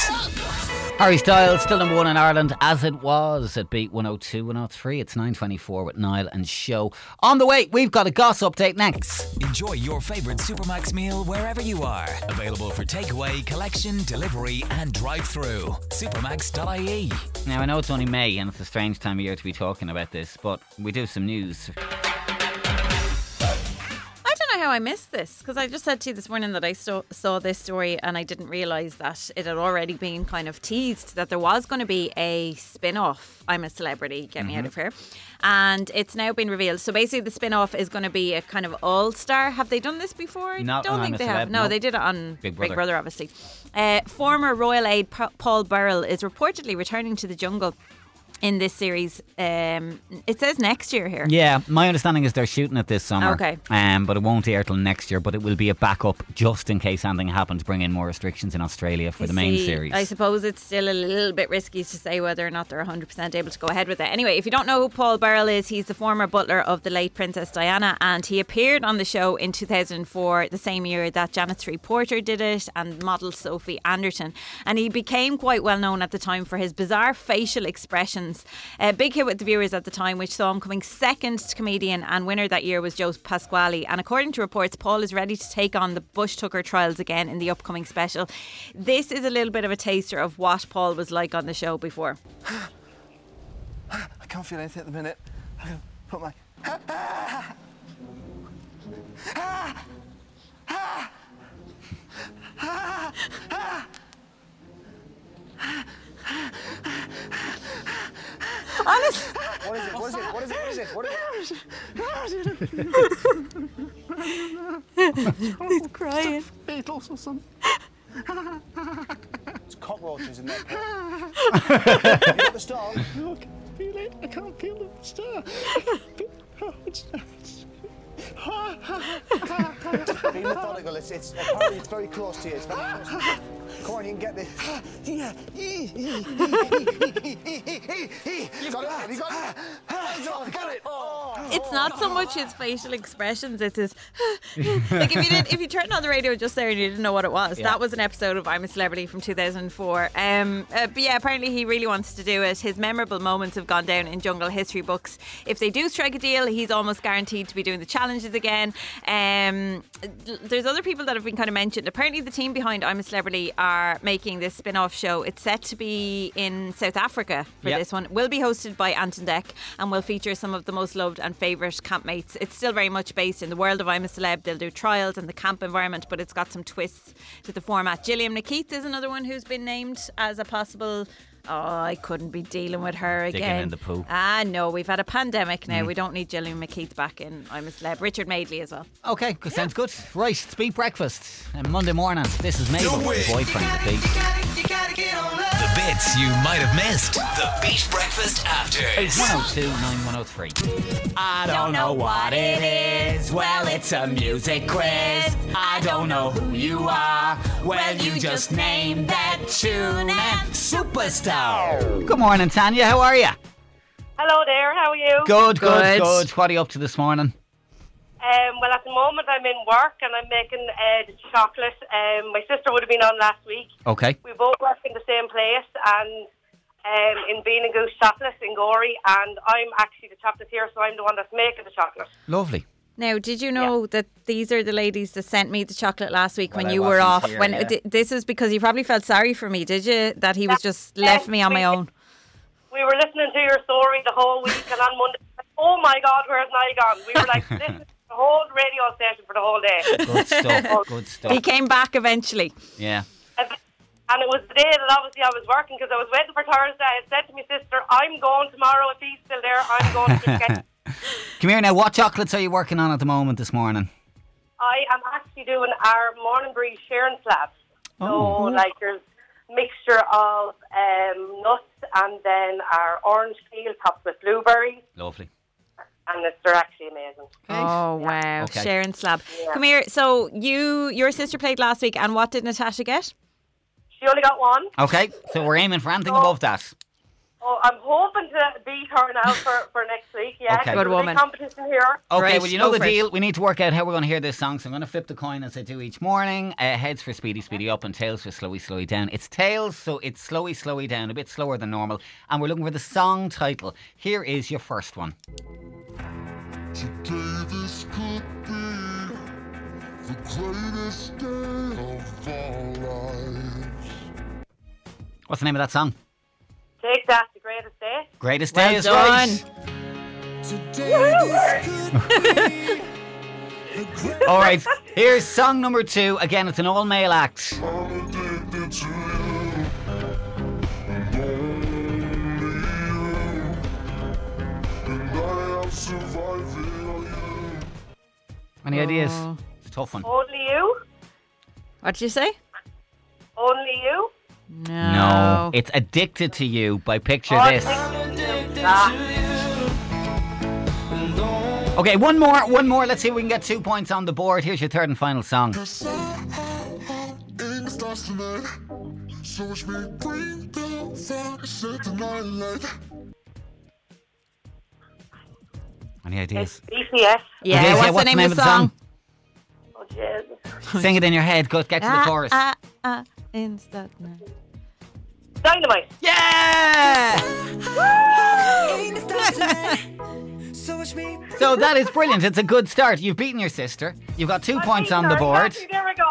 [SPEAKER 4] Harry Styles still number one in Ireland as it was at beat 102 103. It's 924 with Niall and Show. On the way, we've got a goss update next.
[SPEAKER 1] Enjoy your favourite Supermax meal wherever you are. Available for takeaway, collection, delivery, and drive through. Supermax.ie.
[SPEAKER 4] Now, I know it's only May and it's a strange time of year to be talking about this, but we do some news.
[SPEAKER 3] I don't know how I missed this because I just said to you this morning that I saw, saw this story and I didn't realise that it had already been kind of teased that there was going to be a spin off. I'm a celebrity, get me out
[SPEAKER 11] Mhm.
[SPEAKER 3] of here. And it's now been revealed. So basically, the spin off is going to be a kind of all star. Have they done this before? I
[SPEAKER 11] Not
[SPEAKER 3] don't
[SPEAKER 11] on I'm
[SPEAKER 3] think
[SPEAKER 11] a
[SPEAKER 3] they
[SPEAKER 11] Celeb,
[SPEAKER 3] have. No,
[SPEAKER 11] no.
[SPEAKER 3] they did it on
[SPEAKER 11] Big
[SPEAKER 3] Big
[SPEAKER 11] Brother.
[SPEAKER 3] Brother, obviously. Uh, former royal aide Pa- Paul Burrell is reportedly returning to the jungle in this series. Um, it says next year here.
[SPEAKER 4] Yeah, my understanding is they're shooting it this summer.
[SPEAKER 3] Okay.
[SPEAKER 4] Um, but it won't air till next year. But it will be a backup just in case something happens. Bring in more restrictions in Australia for the main
[SPEAKER 3] See,
[SPEAKER 4] series.
[SPEAKER 3] I suppose it's still a little bit risky to say whether or not they're 100% able to go ahead with it. Anyway, if you don't know who Paul Burrell is, he's the former butler of the late Princess Diana, and he appeared on the show in 2004, the same year that Janet Three Porter did it, and model Sophie Anderton. And he became quite well known at the time for his bizarre facial expressions. A big hit with the viewers at the time, which saw him coming second to comedian and winner that year was Joe Pasquale. And according to reports, Paul is ready to take on the Bush Tucker trials again in the upcoming special. This is a little bit of a taster of what Paul was like on the show before.
[SPEAKER 11] I can't feel anything at the minute. I'm gonna put my.
[SPEAKER 3] Honest.
[SPEAKER 11] What is it? What is it? What is it? What is it? What is it?
[SPEAKER 5] He's
[SPEAKER 3] crying.
[SPEAKER 11] Beatles or something. It's cockroaches in there. the star? No, I can't feel it. I can't feel the star. Be methodical. It's, it's apparently it's very close to you. It's very
[SPEAKER 13] Ah!
[SPEAKER 11] close. Come on, you can get this. Yeah. you got it. You got it. Hands off. Got it. Oh.
[SPEAKER 3] It's not so much his facial expressions; it's his like if you did if you turned on the radio just there and you didn't know what it was.
[SPEAKER 4] Yeah.
[SPEAKER 3] That was an episode of I'm a Celebrity from 2004. Um, uh, but yeah, apparently he really wants to do it. His memorable moments have gone down in jungle history books. If they do strike a deal, he's almost guaranteed to be doing the challenges again. Um, l- there's other people that have been kind of mentioned. Apparently, the team behind I'm a Celebrity are making this spin-off show. It's set to be in South Africa for
[SPEAKER 4] Yeah.
[SPEAKER 3] this one. Will be hosted by Anton Deck and will feature some of the most loved and favourite campmates. It's still very much based in the world of I'm a Celeb. They'll do trials in the camp environment, but it's got some twists to the format. Gilliam Nakeith is another one who's been named as a possible. Oh, I couldn't be dealing with her
[SPEAKER 4] Digging
[SPEAKER 3] again.
[SPEAKER 4] in the poo.
[SPEAKER 3] Ah, no, we've had a pandemic now.
[SPEAKER 4] Mm.
[SPEAKER 3] We don't need Gillian McKeith back in. I'm a celeb. Richard Madeley as well.
[SPEAKER 4] Okay, good, sounds good. Right, speak breakfast. And Monday morning, this is Mabel,
[SPEAKER 1] Do it.
[SPEAKER 4] boyfriend of Beat.
[SPEAKER 1] The bits you might have missed. The Beat Breakfast Afters.
[SPEAKER 4] 102 9103.
[SPEAKER 1] I don't know what it is. Well, it's a music quiz. I don't know who you are. Well, you just name that tune and superstar.
[SPEAKER 4] Good morning, Tanya. How are you?
[SPEAKER 16] Hello there, how are you?
[SPEAKER 4] Good, good, good. What are you up to this morning?
[SPEAKER 16] Um, well, at the moment I'm in work and I'm making uh, the chocolate. Um, my sister would have been on last week.
[SPEAKER 4] Okay.
[SPEAKER 16] We both work in the same place and um, in Bean and Goose Chocolate in Gorey and I'm actually the chocolatier, so I'm the one that's making the chocolate.
[SPEAKER 4] Lovely.
[SPEAKER 3] Now, did you know that these are the ladies that sent me the chocolate last week when
[SPEAKER 4] Well, I
[SPEAKER 3] you were
[SPEAKER 4] wasn't
[SPEAKER 3] off?
[SPEAKER 4] here,
[SPEAKER 3] when
[SPEAKER 4] yeah.
[SPEAKER 3] th- this is because you probably felt sorry for me, did you? That he was just left me on my own.
[SPEAKER 16] We were listening to your story the whole week and on Monday, like, oh my God, where's Niall gone? We were like, this is the whole radio station for the whole day.
[SPEAKER 4] Good stuff. Good
[SPEAKER 3] He
[SPEAKER 4] stuff.
[SPEAKER 3] came back eventually.
[SPEAKER 4] Yeah.
[SPEAKER 16] And it was the day that obviously I was working because I was waiting for Thursday. I had said to my sister, I'm going tomorrow. If he's still there, I'm going to get.
[SPEAKER 4] Come here now. What chocolates are you working on at the moment this morning?
[SPEAKER 16] I am actually doing our morning breeze sharing slabs.
[SPEAKER 4] Oh.
[SPEAKER 16] So, like, there's mixture of um, nuts and then our orange peel topped with blueberries.
[SPEAKER 4] Lovely.
[SPEAKER 16] And it's, they're actually amazing.
[SPEAKER 3] Oh wow,
[SPEAKER 4] Okay.
[SPEAKER 3] Sharon Slab.
[SPEAKER 16] Yeah.
[SPEAKER 3] Come here. So you, your sister played last week, and what did Natasha get?
[SPEAKER 16] She only got one.
[SPEAKER 4] Okay, so we're aiming for anything above that.
[SPEAKER 16] Oh, I'm hoping to beat her now for, for next week. Yeah,
[SPEAKER 4] Okay.
[SPEAKER 16] there's
[SPEAKER 4] Good
[SPEAKER 16] a big
[SPEAKER 4] woman.
[SPEAKER 16] competition here.
[SPEAKER 5] Oh,
[SPEAKER 4] Okay, well, you know the deal. We need to work out how we're going to hear this song. So I'm going to flip the coin as I do each morning. Uh, heads for speedy, speedy up, and tails for slowy, slowy down. It's tails, so it's slowy, slowy down, a bit slower than normal. And we're looking for the song title. Here is your first one.
[SPEAKER 5] Today this could be the greatest day of our lives.
[SPEAKER 4] What's the name of that song?
[SPEAKER 16] Take that, the greatest eh? day.
[SPEAKER 4] Greatest
[SPEAKER 5] Well
[SPEAKER 4] Day is
[SPEAKER 5] done.
[SPEAKER 4] right.
[SPEAKER 5] Today this could be
[SPEAKER 4] All right, here's song number two. Again, it's an all male act.
[SPEAKER 5] addicted to you. And only you. And I am surviving you.
[SPEAKER 4] Any ideas?
[SPEAKER 3] Oh.
[SPEAKER 4] It's a tough one.
[SPEAKER 16] Only you.
[SPEAKER 3] What did you say?
[SPEAKER 16] Only you.
[SPEAKER 4] No. It's Addicted to You by Picture This.
[SPEAKER 3] Oh,
[SPEAKER 16] Addicted to
[SPEAKER 4] Okay, one more, one more. Let's see if we can get two points on the board. Here's your third and final song. Any ideas?
[SPEAKER 7] BCS.
[SPEAKER 4] Yeah, Okay, so what's the what's the name of name the of the song?
[SPEAKER 7] Oh, Jesus.
[SPEAKER 4] Sing it in your head. Go get to the chorus.
[SPEAKER 3] Ah, ah, ah, instant man.
[SPEAKER 7] Dynamite.
[SPEAKER 4] Yeah! So that is brilliant. It's a good start. You've beaten your sister. You've got two points on the board.
[SPEAKER 7] There we go.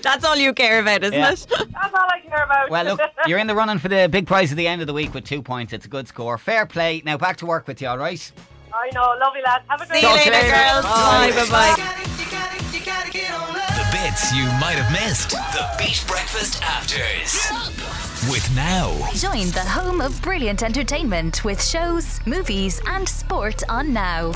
[SPEAKER 3] That's all you care about, isn't
[SPEAKER 4] Yeah.
[SPEAKER 3] it?
[SPEAKER 7] That's all I care about.
[SPEAKER 4] Well, look, you're in the running for the big prize at the end of the week with two points. It's a good score. Fair play. Now back to work with you, all right?
[SPEAKER 7] I know. Love you, lads. Have a great
[SPEAKER 4] Talk to
[SPEAKER 7] day.
[SPEAKER 4] you later, girls. Bye. Bye, bye,
[SPEAKER 1] The bits you might have missed. The Beat Breakfast Afters. With now.
[SPEAKER 2] Join the home of brilliant entertainment with shows, movies, and sport on now.